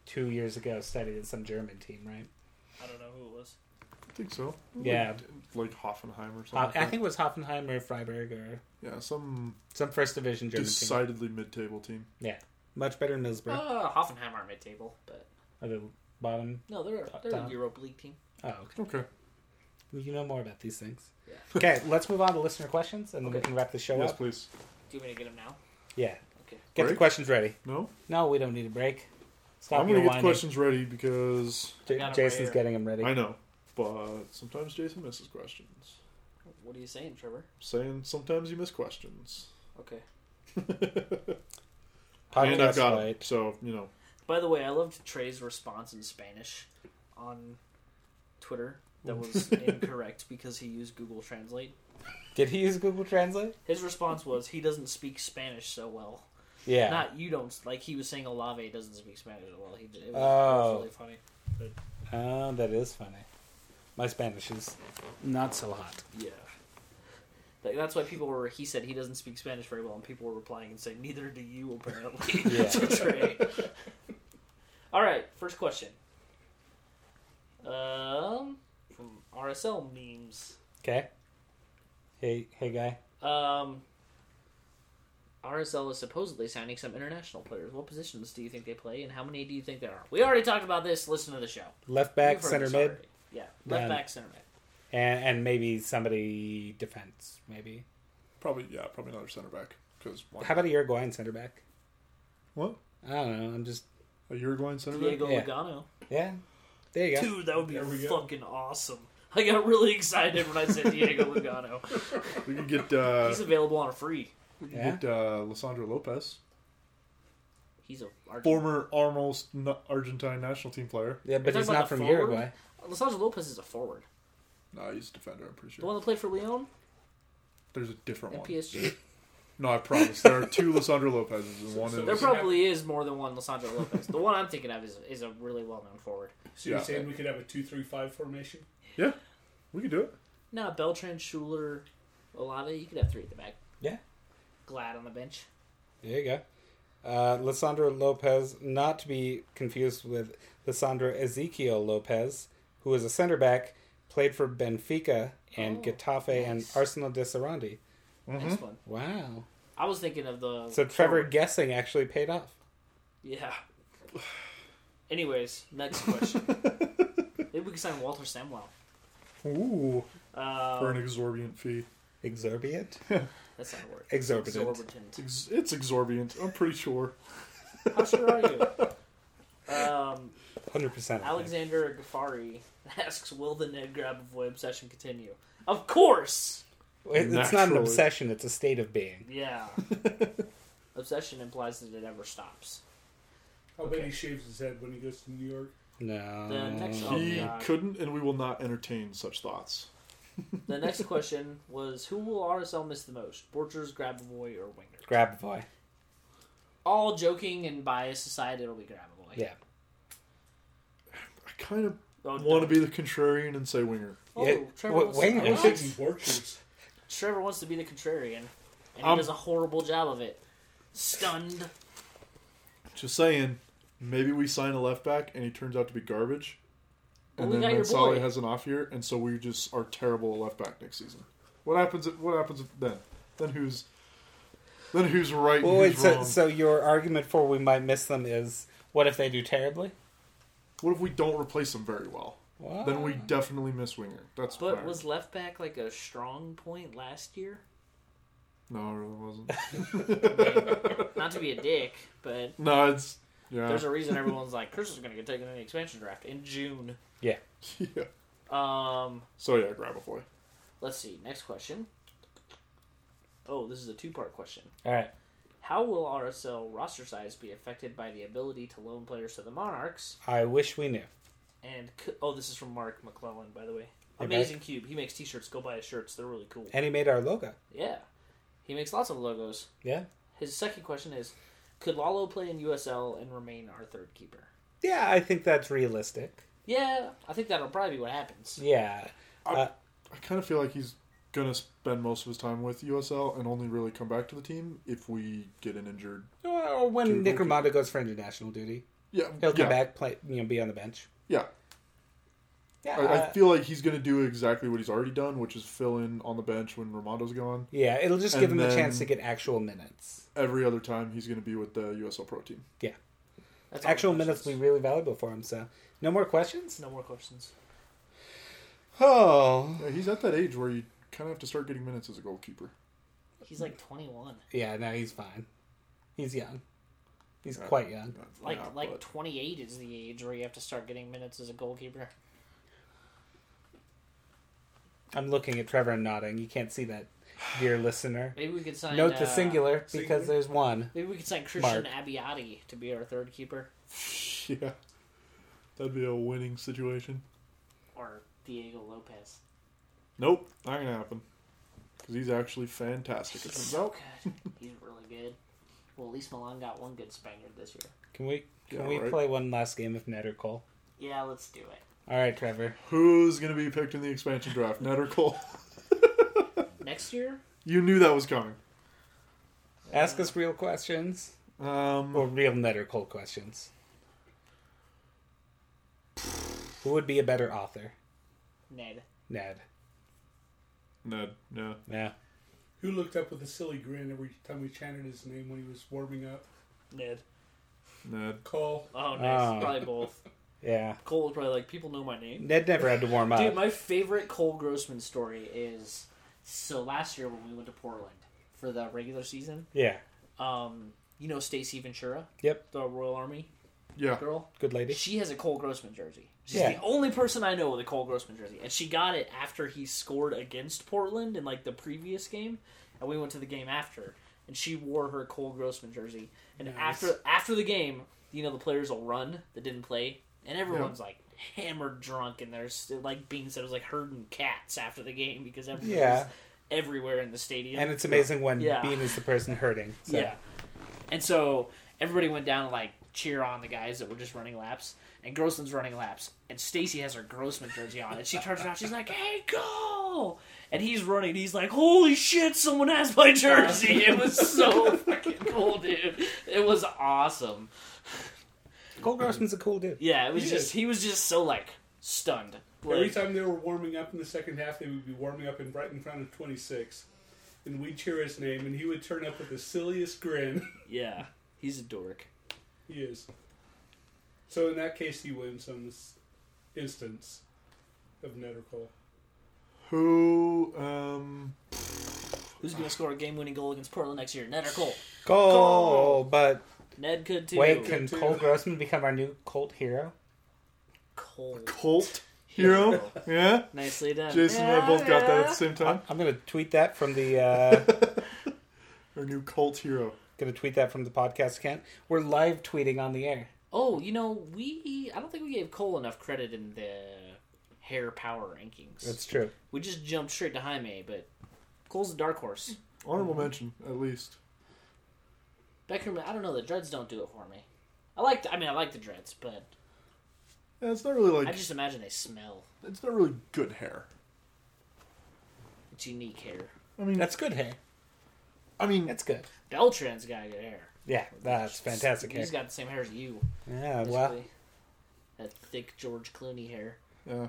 Speaker 3: two years ago studied at some German team, right?
Speaker 2: I don't know who it was.
Speaker 4: I think so.
Speaker 3: Yeah.
Speaker 4: like, like Hoffenheim or something.
Speaker 3: Uh,
Speaker 4: like
Speaker 3: I
Speaker 4: that.
Speaker 3: think it was Hoffenheim or Freiburg or
Speaker 4: yeah, some
Speaker 3: some first division German team.
Speaker 4: decidedly mid-table team.
Speaker 3: Much better than Middlesbrough.
Speaker 2: Uh, Hoffenheim aren't mid-table, but
Speaker 4: Oh.
Speaker 3: Are they bottom?
Speaker 2: no, they're
Speaker 3: Top,
Speaker 2: they're a
Speaker 3: top.
Speaker 2: Europa League team.
Speaker 3: Oh, okay.
Speaker 4: Okay,
Speaker 3: Well, You know more about these things.
Speaker 2: Yeah.
Speaker 3: Okay, let's move on to listener questions, and then we
Speaker 2: Okay.
Speaker 3: can wrap the show
Speaker 4: yes,
Speaker 3: up.
Speaker 4: please.
Speaker 2: Do you want me to get them now?
Speaker 3: Yeah.
Speaker 2: Okay.
Speaker 3: Get the
Speaker 4: Break?
Speaker 3: questions ready.
Speaker 4: No,
Speaker 3: No, we don't need a break. Stop
Speaker 4: I'm
Speaker 3: your
Speaker 4: gonna get the
Speaker 3: whining.
Speaker 4: questions ready because
Speaker 3: J-
Speaker 2: I got 'em
Speaker 3: Jason's
Speaker 2: right here.
Speaker 3: getting them ready.
Speaker 4: I know, but sometimes Jason misses questions.
Speaker 2: What are you saying, Trevor?
Speaker 4: saying sometimes you miss questions.
Speaker 2: Okay.
Speaker 3: Podcast
Speaker 4: and I've got 'em,
Speaker 3: fight.
Speaker 4: so you know.
Speaker 2: By the way, I loved Trey's response in Spanish on Twitter. That was incorrect because he used Google Translate.
Speaker 3: Did he use Google Translate?
Speaker 2: His response was, "He doesn't speak Spanish so well."
Speaker 3: Yeah.
Speaker 2: Not you don't like he was saying Olave doesn't speak Spanish as well. He did. It was, it was
Speaker 3: Oh.
Speaker 2: really funny.
Speaker 3: oh, that is funny. My Spanish is not so hot.
Speaker 2: Yeah. Like, that's why people were. He said he doesn't speak Spanish very well, and people were replying and saying, "Neither do you, apparently."
Speaker 3: Yeah.
Speaker 2: to Trey. All right, first question. Um, from RSL memes.
Speaker 3: Okay. Hey, hey, guy.
Speaker 2: Um, RSL is supposedly signing some international players. What positions do you think they play, and how many do you think there are? We already talked about this. Listen to the show.
Speaker 3: Left
Speaker 2: You've
Speaker 3: back,
Speaker 2: heard
Speaker 3: center
Speaker 2: this
Speaker 3: mid,
Speaker 2: already. Yeah, left
Speaker 3: Done.
Speaker 2: back, center mid.
Speaker 3: and, and maybe somebody defense. Maybe.
Speaker 4: Probably yeah, probably another center back because
Speaker 3: How about a Uruguayan center back?
Speaker 4: what
Speaker 3: I don't know. I'm just
Speaker 4: a Uruguayan center back?
Speaker 2: Diego
Speaker 3: Yeah.
Speaker 2: Lugano.
Speaker 3: yeah. There you go.
Speaker 2: Dude, that would be
Speaker 4: There we go.
Speaker 2: fucking awesome. I got really excited when I said Diego Lugano.
Speaker 4: We could get uh,
Speaker 2: He's available on a free.
Speaker 4: we could
Speaker 3: Yeah.
Speaker 4: get uh, Lissandro Lopez,
Speaker 2: He's a
Speaker 4: former almost n- Argentine national team player.
Speaker 3: Yeah, but
Speaker 2: You're
Speaker 3: he's
Speaker 2: talking about
Speaker 3: not
Speaker 2: the
Speaker 3: from
Speaker 2: forward?
Speaker 3: Uruguay.
Speaker 2: Lissandro Lopez is a forward.
Speaker 4: No, he's a defender. I'm pretty
Speaker 2: The
Speaker 4: sure.
Speaker 2: one that played for Leon
Speaker 4: There's a different
Speaker 2: and
Speaker 4: one.
Speaker 2: PSG.
Speaker 4: No, I promise. There are two Lissandro Lopez's and one
Speaker 2: There
Speaker 4: is
Speaker 2: probably is more than one Lissandro Lopez. The one I'm thinking of is, is a really well known forward.
Speaker 6: So you're
Speaker 4: Yeah.
Speaker 6: saying we could have a two-three-five formation?
Speaker 4: yeah. We could do it.
Speaker 2: No, Beltran, Schuler, Olave. You could have three at the back.
Speaker 3: Yeah.
Speaker 2: Glad on the bench.
Speaker 3: There you go. Uh, Lissandro Lopez, not to be confused with Lissandro Ezekiel Lopez, who is a center back, played for Benfica and
Speaker 2: Oh,
Speaker 3: Getafe
Speaker 2: nice.
Speaker 3: and Arsenal de Sarandi.
Speaker 2: Nice one.
Speaker 3: Wow.
Speaker 2: I was thinking of the.
Speaker 3: Mm-hmm. So Trevor
Speaker 2: forward.
Speaker 3: guessing actually paid off.
Speaker 2: Yeah. Anyways, next question. Maybe we can sign Walter Samwell.
Speaker 4: Ooh, for an
Speaker 2: Um,
Speaker 4: exorbitant fee.
Speaker 3: Exorbitant?
Speaker 2: that's not a word.
Speaker 3: Exorbitant.
Speaker 2: Exorbitant.
Speaker 4: Ex- it's exorbitant. I'm pretty sure.
Speaker 2: How sure are you? Um,
Speaker 3: 100%.
Speaker 2: Alexander Gafari asks, "Will the Ned Grabavoy obsession continue?" Of course.
Speaker 3: It- It's not an
Speaker 4: Naturally.
Speaker 3: obsession, it's a state of being.
Speaker 2: Yeah. obsession implies that it ever stops.
Speaker 6: How
Speaker 2: Okay.
Speaker 6: bet he shaves his head when he goes to New York?
Speaker 3: No.
Speaker 2: The next- Oh,
Speaker 4: he
Speaker 2: God.
Speaker 4: couldn't, and we will not entertain such thoughts.
Speaker 2: The next question was, "Who will RSL miss the most? Borchers, Grabavoy, or Winger?"
Speaker 3: Grab boy.
Speaker 2: All joking and bias aside, it'll be Grabavoy.
Speaker 3: Yeah.
Speaker 4: I kind of
Speaker 2: Oh,
Speaker 4: want to
Speaker 2: don't-
Speaker 4: be the contrarian and say winger.
Speaker 2: Oh,
Speaker 3: Yeah,
Speaker 2: Trevor
Speaker 3: what-
Speaker 2: wants to-
Speaker 3: Winger-
Speaker 6: I was
Speaker 2: What?
Speaker 6: thinking Borchers.
Speaker 2: Trevor wants to be the contrarian, and he
Speaker 4: Um,
Speaker 2: does a horrible job of it. Stunned.
Speaker 4: Just saying, maybe we sign a left back and he turns out to be garbage.
Speaker 2: Well,
Speaker 4: And
Speaker 2: we
Speaker 4: then
Speaker 2: got your
Speaker 4: Mansali
Speaker 2: boy.
Speaker 4: has an off year, and so we just are terrible at left back next season. What happens? If, what happens if then? Then who's then who's right?
Speaker 3: Well,
Speaker 4: and
Speaker 3: wait,
Speaker 4: who's
Speaker 3: so,
Speaker 4: wrong?
Speaker 3: so your argument for we might miss them is what if they do terribly?
Speaker 4: what if we don't replace him very well?
Speaker 3: Wow.
Speaker 4: Then we definitely miss winger. That's what
Speaker 2: But
Speaker 4: I-
Speaker 2: was left back like a strong point last year?
Speaker 4: no, it really wasn't.
Speaker 2: Not to be a dick, but
Speaker 4: no, it's yeah,
Speaker 2: there's a reason everyone's like, Chris is going to get taken in the expansion draft in June.
Speaker 3: Yeah.
Speaker 4: yeah.
Speaker 2: Um,
Speaker 4: So yeah, grab a boy.
Speaker 2: let's see. Next question. Oh, this is a two-part question.
Speaker 3: All right.
Speaker 2: How will RSL roster size be affected by the ability to loan players to the Monarchs?
Speaker 3: I wish we knew.
Speaker 2: And c- oh, this is from Mark McClellan, by the way.
Speaker 3: Hey,
Speaker 2: Amazing Cube. He makes T-shirts. Go buy his shirts. They're really cool.
Speaker 3: And he made our logo.
Speaker 2: Yeah, he makes lots of logos.
Speaker 3: Yeah.
Speaker 2: His second question is, could Lalo play in USL and remain our third keeper?
Speaker 3: Yeah, I think that's realistic.
Speaker 2: Yeah, I think that'll probably be what happens.
Speaker 3: Yeah. Uh,
Speaker 4: I kind of feel like he's gonna spend most of his time with USL and only really come back to the team if we get an injured.
Speaker 3: or or when
Speaker 4: Two goalkeepers.
Speaker 3: Nicromondo goes for international duty,
Speaker 4: Yeah,
Speaker 3: he'll come
Speaker 4: yeah,
Speaker 3: back, play, you know, be on the bench.
Speaker 4: Yeah,
Speaker 3: Yeah.
Speaker 4: I, I
Speaker 3: uh,
Speaker 4: feel like he's gonna do exactly what he's already done, which is fill in on the bench when Romando's gone.
Speaker 3: yeah, it'll just give him
Speaker 4: and
Speaker 3: a chance to
Speaker 4: then-
Speaker 3: get actual minutes.
Speaker 4: Every other time, he's gonna be with the USL pro team.
Speaker 3: Yeah.
Speaker 2: That's all the
Speaker 3: Actual
Speaker 2: questions.
Speaker 3: minutes will be really valuable for him, so no more questions?
Speaker 2: No more questions.
Speaker 3: Oh.
Speaker 4: Yeah, he's at that age where you kind of have to start getting minutes as a goalkeeper.
Speaker 2: He's like 21,
Speaker 3: Yeah, no, he's fine. He's young. He's quite young.
Speaker 2: like
Speaker 4: Yeah,
Speaker 2: like
Speaker 4: but
Speaker 2: 28 is the age where you have to start getting minutes as a goalkeeper.
Speaker 3: I'm looking at Trevor and nodding. You can't see that, dear listener.
Speaker 2: Maybe we could sign.
Speaker 3: Note
Speaker 2: uh,
Speaker 3: the singular because
Speaker 6: singular?
Speaker 3: there's one.
Speaker 2: Maybe we could sign Christian
Speaker 3: Mark.
Speaker 2: Abbiati to be our third keeper,
Speaker 4: yeah, that'd be a winning situation.
Speaker 2: or Diego Lopez.
Speaker 4: Nope, not gonna happen. Because he's actually fantastic. It
Speaker 2: He's
Speaker 4: turns
Speaker 2: so
Speaker 4: out.
Speaker 2: good. He's really good. Well, at least Milan got one good Spaniard this year.
Speaker 3: Can we can
Speaker 4: Yeah,
Speaker 3: we
Speaker 4: right.
Speaker 3: play one last game of Ned or Cole?
Speaker 2: Yeah, let's do it.
Speaker 3: All right, Trevor.
Speaker 4: Who's going to be picked in the expansion draft, Ned or Cole?
Speaker 2: Next year?
Speaker 4: You knew that was coming.
Speaker 3: Ask us real questions
Speaker 4: Um,
Speaker 3: or real net or cold questions. Who would be a better author?
Speaker 2: Ned.
Speaker 3: Ned.
Speaker 4: Ned, yeah.
Speaker 3: Yeah.
Speaker 6: Who looked up with a silly grin every time we chanted his name when he was warming up?
Speaker 2: Ned.
Speaker 4: Ned.
Speaker 6: Call.
Speaker 2: Oh, nice.
Speaker 3: Oh.
Speaker 2: Probably both.
Speaker 3: Yeah.
Speaker 2: Cole was probably like, people know my name.
Speaker 3: Ned never had to warm up.
Speaker 2: Dude, my favorite Cole Grossman story is so last year when we went to Portland for the regular season.
Speaker 3: yeah.
Speaker 2: Um, you know Stacy Ventura,
Speaker 3: Yep.
Speaker 2: the Royal Army
Speaker 4: Yeah.
Speaker 2: girl.
Speaker 3: Good lady.
Speaker 2: She has a Cole Grossman jersey. She's
Speaker 3: Yeah.
Speaker 2: the only person I know with a Cole Grossman jersey, and she got it after he scored against Portland in like the previous game, and we went to the game after, and she wore her Cole Grossman jersey. And after after the game, you know the players will run that didn't play, and everyone's like hammered drunk, and there's like Bean said it was like herding cats after the game because everyone
Speaker 3: Yeah.
Speaker 2: was everywhere in the stadium.
Speaker 3: And it's amazing when
Speaker 2: Yeah.
Speaker 3: Bean is the person hurting. So.
Speaker 2: Yeah. And so everybody went down to like cheer on the guys that were just running laps. And Grossman's running laps. And Stacy has her Grossman jersey on. And she turns around, she's like, Hey go And he's running, he's like, Holy shit, someone has my jersey. It was so fucking cool, dude. It was awesome.
Speaker 3: Cole Grossman's a cool dude.
Speaker 2: Yeah, it was
Speaker 6: He
Speaker 2: just he was just so like stunned.
Speaker 6: Every
Speaker 2: Like,
Speaker 6: time they were warming up in the second half, they would be warming up in right in front of 26. And we'd cheer his name, and he would turn up with the silliest grin.
Speaker 2: yeah. He's a dork.
Speaker 6: he is. So in that case, he wins on this instance of Ned or Cole.
Speaker 4: Who? Um,
Speaker 2: Who's gonna score a game winning goal against Portland next year? Ned or Cole?
Speaker 3: Cole,
Speaker 2: Cole.
Speaker 3: but
Speaker 2: Ned could too.
Speaker 3: wait, can
Speaker 6: too.
Speaker 3: Cole Grossman become our new cult hero?
Speaker 2: Cole.
Speaker 4: Colt. Hero. yeah.
Speaker 2: Nicely done.
Speaker 4: Jason and I both got that at the same time.
Speaker 3: I'm gonna tweet that from the uh,
Speaker 4: Our new cult hero.
Speaker 3: gonna tweet that from the podcast account. We're live tweeting on the air.
Speaker 2: Oh, you know, we I don't think we gave Cole enough credit in the hair power rankings.
Speaker 3: That's true.
Speaker 2: We just jumped straight to Jaime, but Cole's a dark horse.
Speaker 4: Honorable
Speaker 3: Mm-hmm.
Speaker 4: mention, at least.
Speaker 2: Beckerman, I don't know, the dreads don't do it for me. I like the, I mean I like the dreads, but
Speaker 4: Yeah, it's not really like
Speaker 2: I just imagine they smell.
Speaker 4: it's not really good hair.
Speaker 2: It's unique hair.
Speaker 4: I mean,
Speaker 3: That's good hair.
Speaker 4: I mean,
Speaker 3: That's good.
Speaker 2: Beltran's got good hair.
Speaker 3: Yeah, that's fantastic hair.
Speaker 2: He's got the same hair as you.
Speaker 3: yeah, well,
Speaker 2: Basically. That thick George Clooney hair.
Speaker 4: yeah.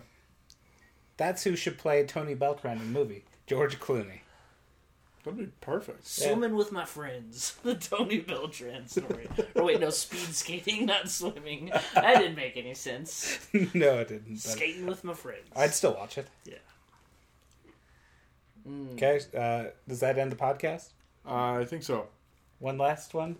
Speaker 3: that's who should play Tony Beltran in the movie. George Clooney.
Speaker 4: that'd be perfect.
Speaker 2: Swimming with my friends. The Tony Beltran story. or wait, no, speed skating, not swimming. That didn't make any sense.
Speaker 3: no, it didn't. But
Speaker 2: Skating with my friends.
Speaker 3: I'd still watch it.
Speaker 2: Yeah.
Speaker 4: Hmm.
Speaker 3: Okay, uh, does that end the podcast?
Speaker 4: I think so.
Speaker 3: One last one?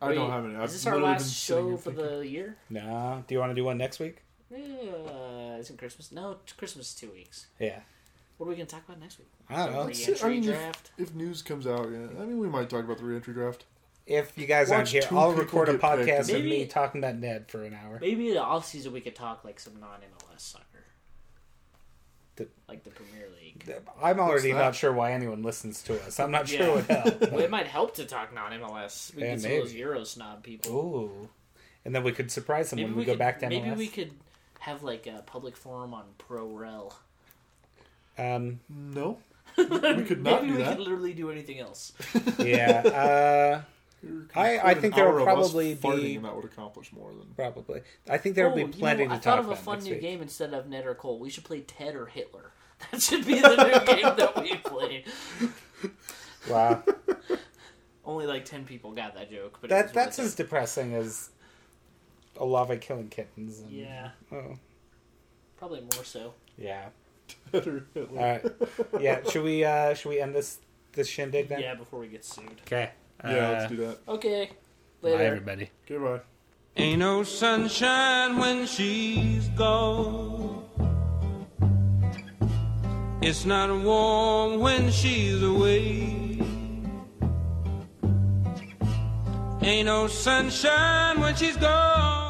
Speaker 4: I
Speaker 2: Wait,
Speaker 4: don't have any. I've
Speaker 2: Is this our
Speaker 4: literally
Speaker 2: last
Speaker 4: been sitting
Speaker 2: show
Speaker 4: here
Speaker 2: for
Speaker 4: thinking.
Speaker 2: the year?
Speaker 3: No. Do you want to do one next week?
Speaker 2: Uh, isn't Christmas? No, t- Christmas is two weeks.
Speaker 3: Yeah.
Speaker 2: What are we going to talk about next week?
Speaker 3: I don't know.
Speaker 2: Something.
Speaker 4: Let's see, I mean,
Speaker 2: Re-entry
Speaker 4: if-
Speaker 2: draft?
Speaker 4: If, news comes out, yeah, I mean, we might talk about the reentry draft.
Speaker 3: If you guys aren't
Speaker 4: Watch
Speaker 3: here,
Speaker 4: two
Speaker 3: I'll
Speaker 4: people
Speaker 3: record a
Speaker 4: get picked.
Speaker 3: podcast of me
Speaker 2: Maybe-
Speaker 3: talking about Ned for an hour.
Speaker 2: Maybe in the off season we could talk like some non MLS soccer,
Speaker 3: The-
Speaker 2: like the Premier League.
Speaker 3: I'm already
Speaker 4: that?
Speaker 3: not sure why anyone listens to us. I'm not
Speaker 2: Yeah.
Speaker 3: sure what
Speaker 2: Well,
Speaker 3: hell.
Speaker 2: it might help to talk non MLS. We
Speaker 3: Yeah,
Speaker 2: get some of those
Speaker 3: maybe.
Speaker 2: Euro snob people.
Speaker 3: Ooh. And then we could surprise them
Speaker 2: maybe
Speaker 3: when
Speaker 2: we
Speaker 3: we, go
Speaker 2: could,
Speaker 3: back to MLS.
Speaker 2: maybe we could have like a public forum on pro rel.
Speaker 3: Um,
Speaker 4: No, we could not
Speaker 2: Maybe
Speaker 4: do
Speaker 2: we
Speaker 4: that.
Speaker 2: could literally do anything else.
Speaker 3: yeah. Uh, I, I
Speaker 4: An
Speaker 3: think there
Speaker 4: hour
Speaker 3: will
Speaker 4: of us
Speaker 3: probably
Speaker 4: farting
Speaker 3: be...
Speaker 4: and that would accomplish more than
Speaker 3: Probably. I think there will
Speaker 2: Oh,
Speaker 3: be
Speaker 2: you
Speaker 3: plenty
Speaker 2: know, I
Speaker 3: to talk
Speaker 2: thought of a
Speaker 3: about
Speaker 2: fun
Speaker 3: next
Speaker 2: new
Speaker 3: week.
Speaker 2: game instead of Ned or Cole. We should play Ted or Hitler. That should be the new game that we play.
Speaker 3: Wow.
Speaker 2: Only like ten people got that joke, but it
Speaker 3: That,
Speaker 2: was
Speaker 3: that's
Speaker 2: really
Speaker 3: as depressing as Olave killing kittens. And,
Speaker 2: good. yeah,
Speaker 3: Oh.
Speaker 2: probably more so.
Speaker 3: Yeah.
Speaker 4: better. Hitler.
Speaker 3: All right. Yeah. Should we uh should we end this this shindig then?
Speaker 2: Yeah, before we get sued.
Speaker 3: Okay. Uh,
Speaker 4: Yeah, let's do that.
Speaker 2: Okay, later.
Speaker 3: everybody.
Speaker 4: Okay, bye.
Speaker 7: Ain't no sunshine when she's gone. It's not warm when she's away. Ain't no sunshine when she's gone.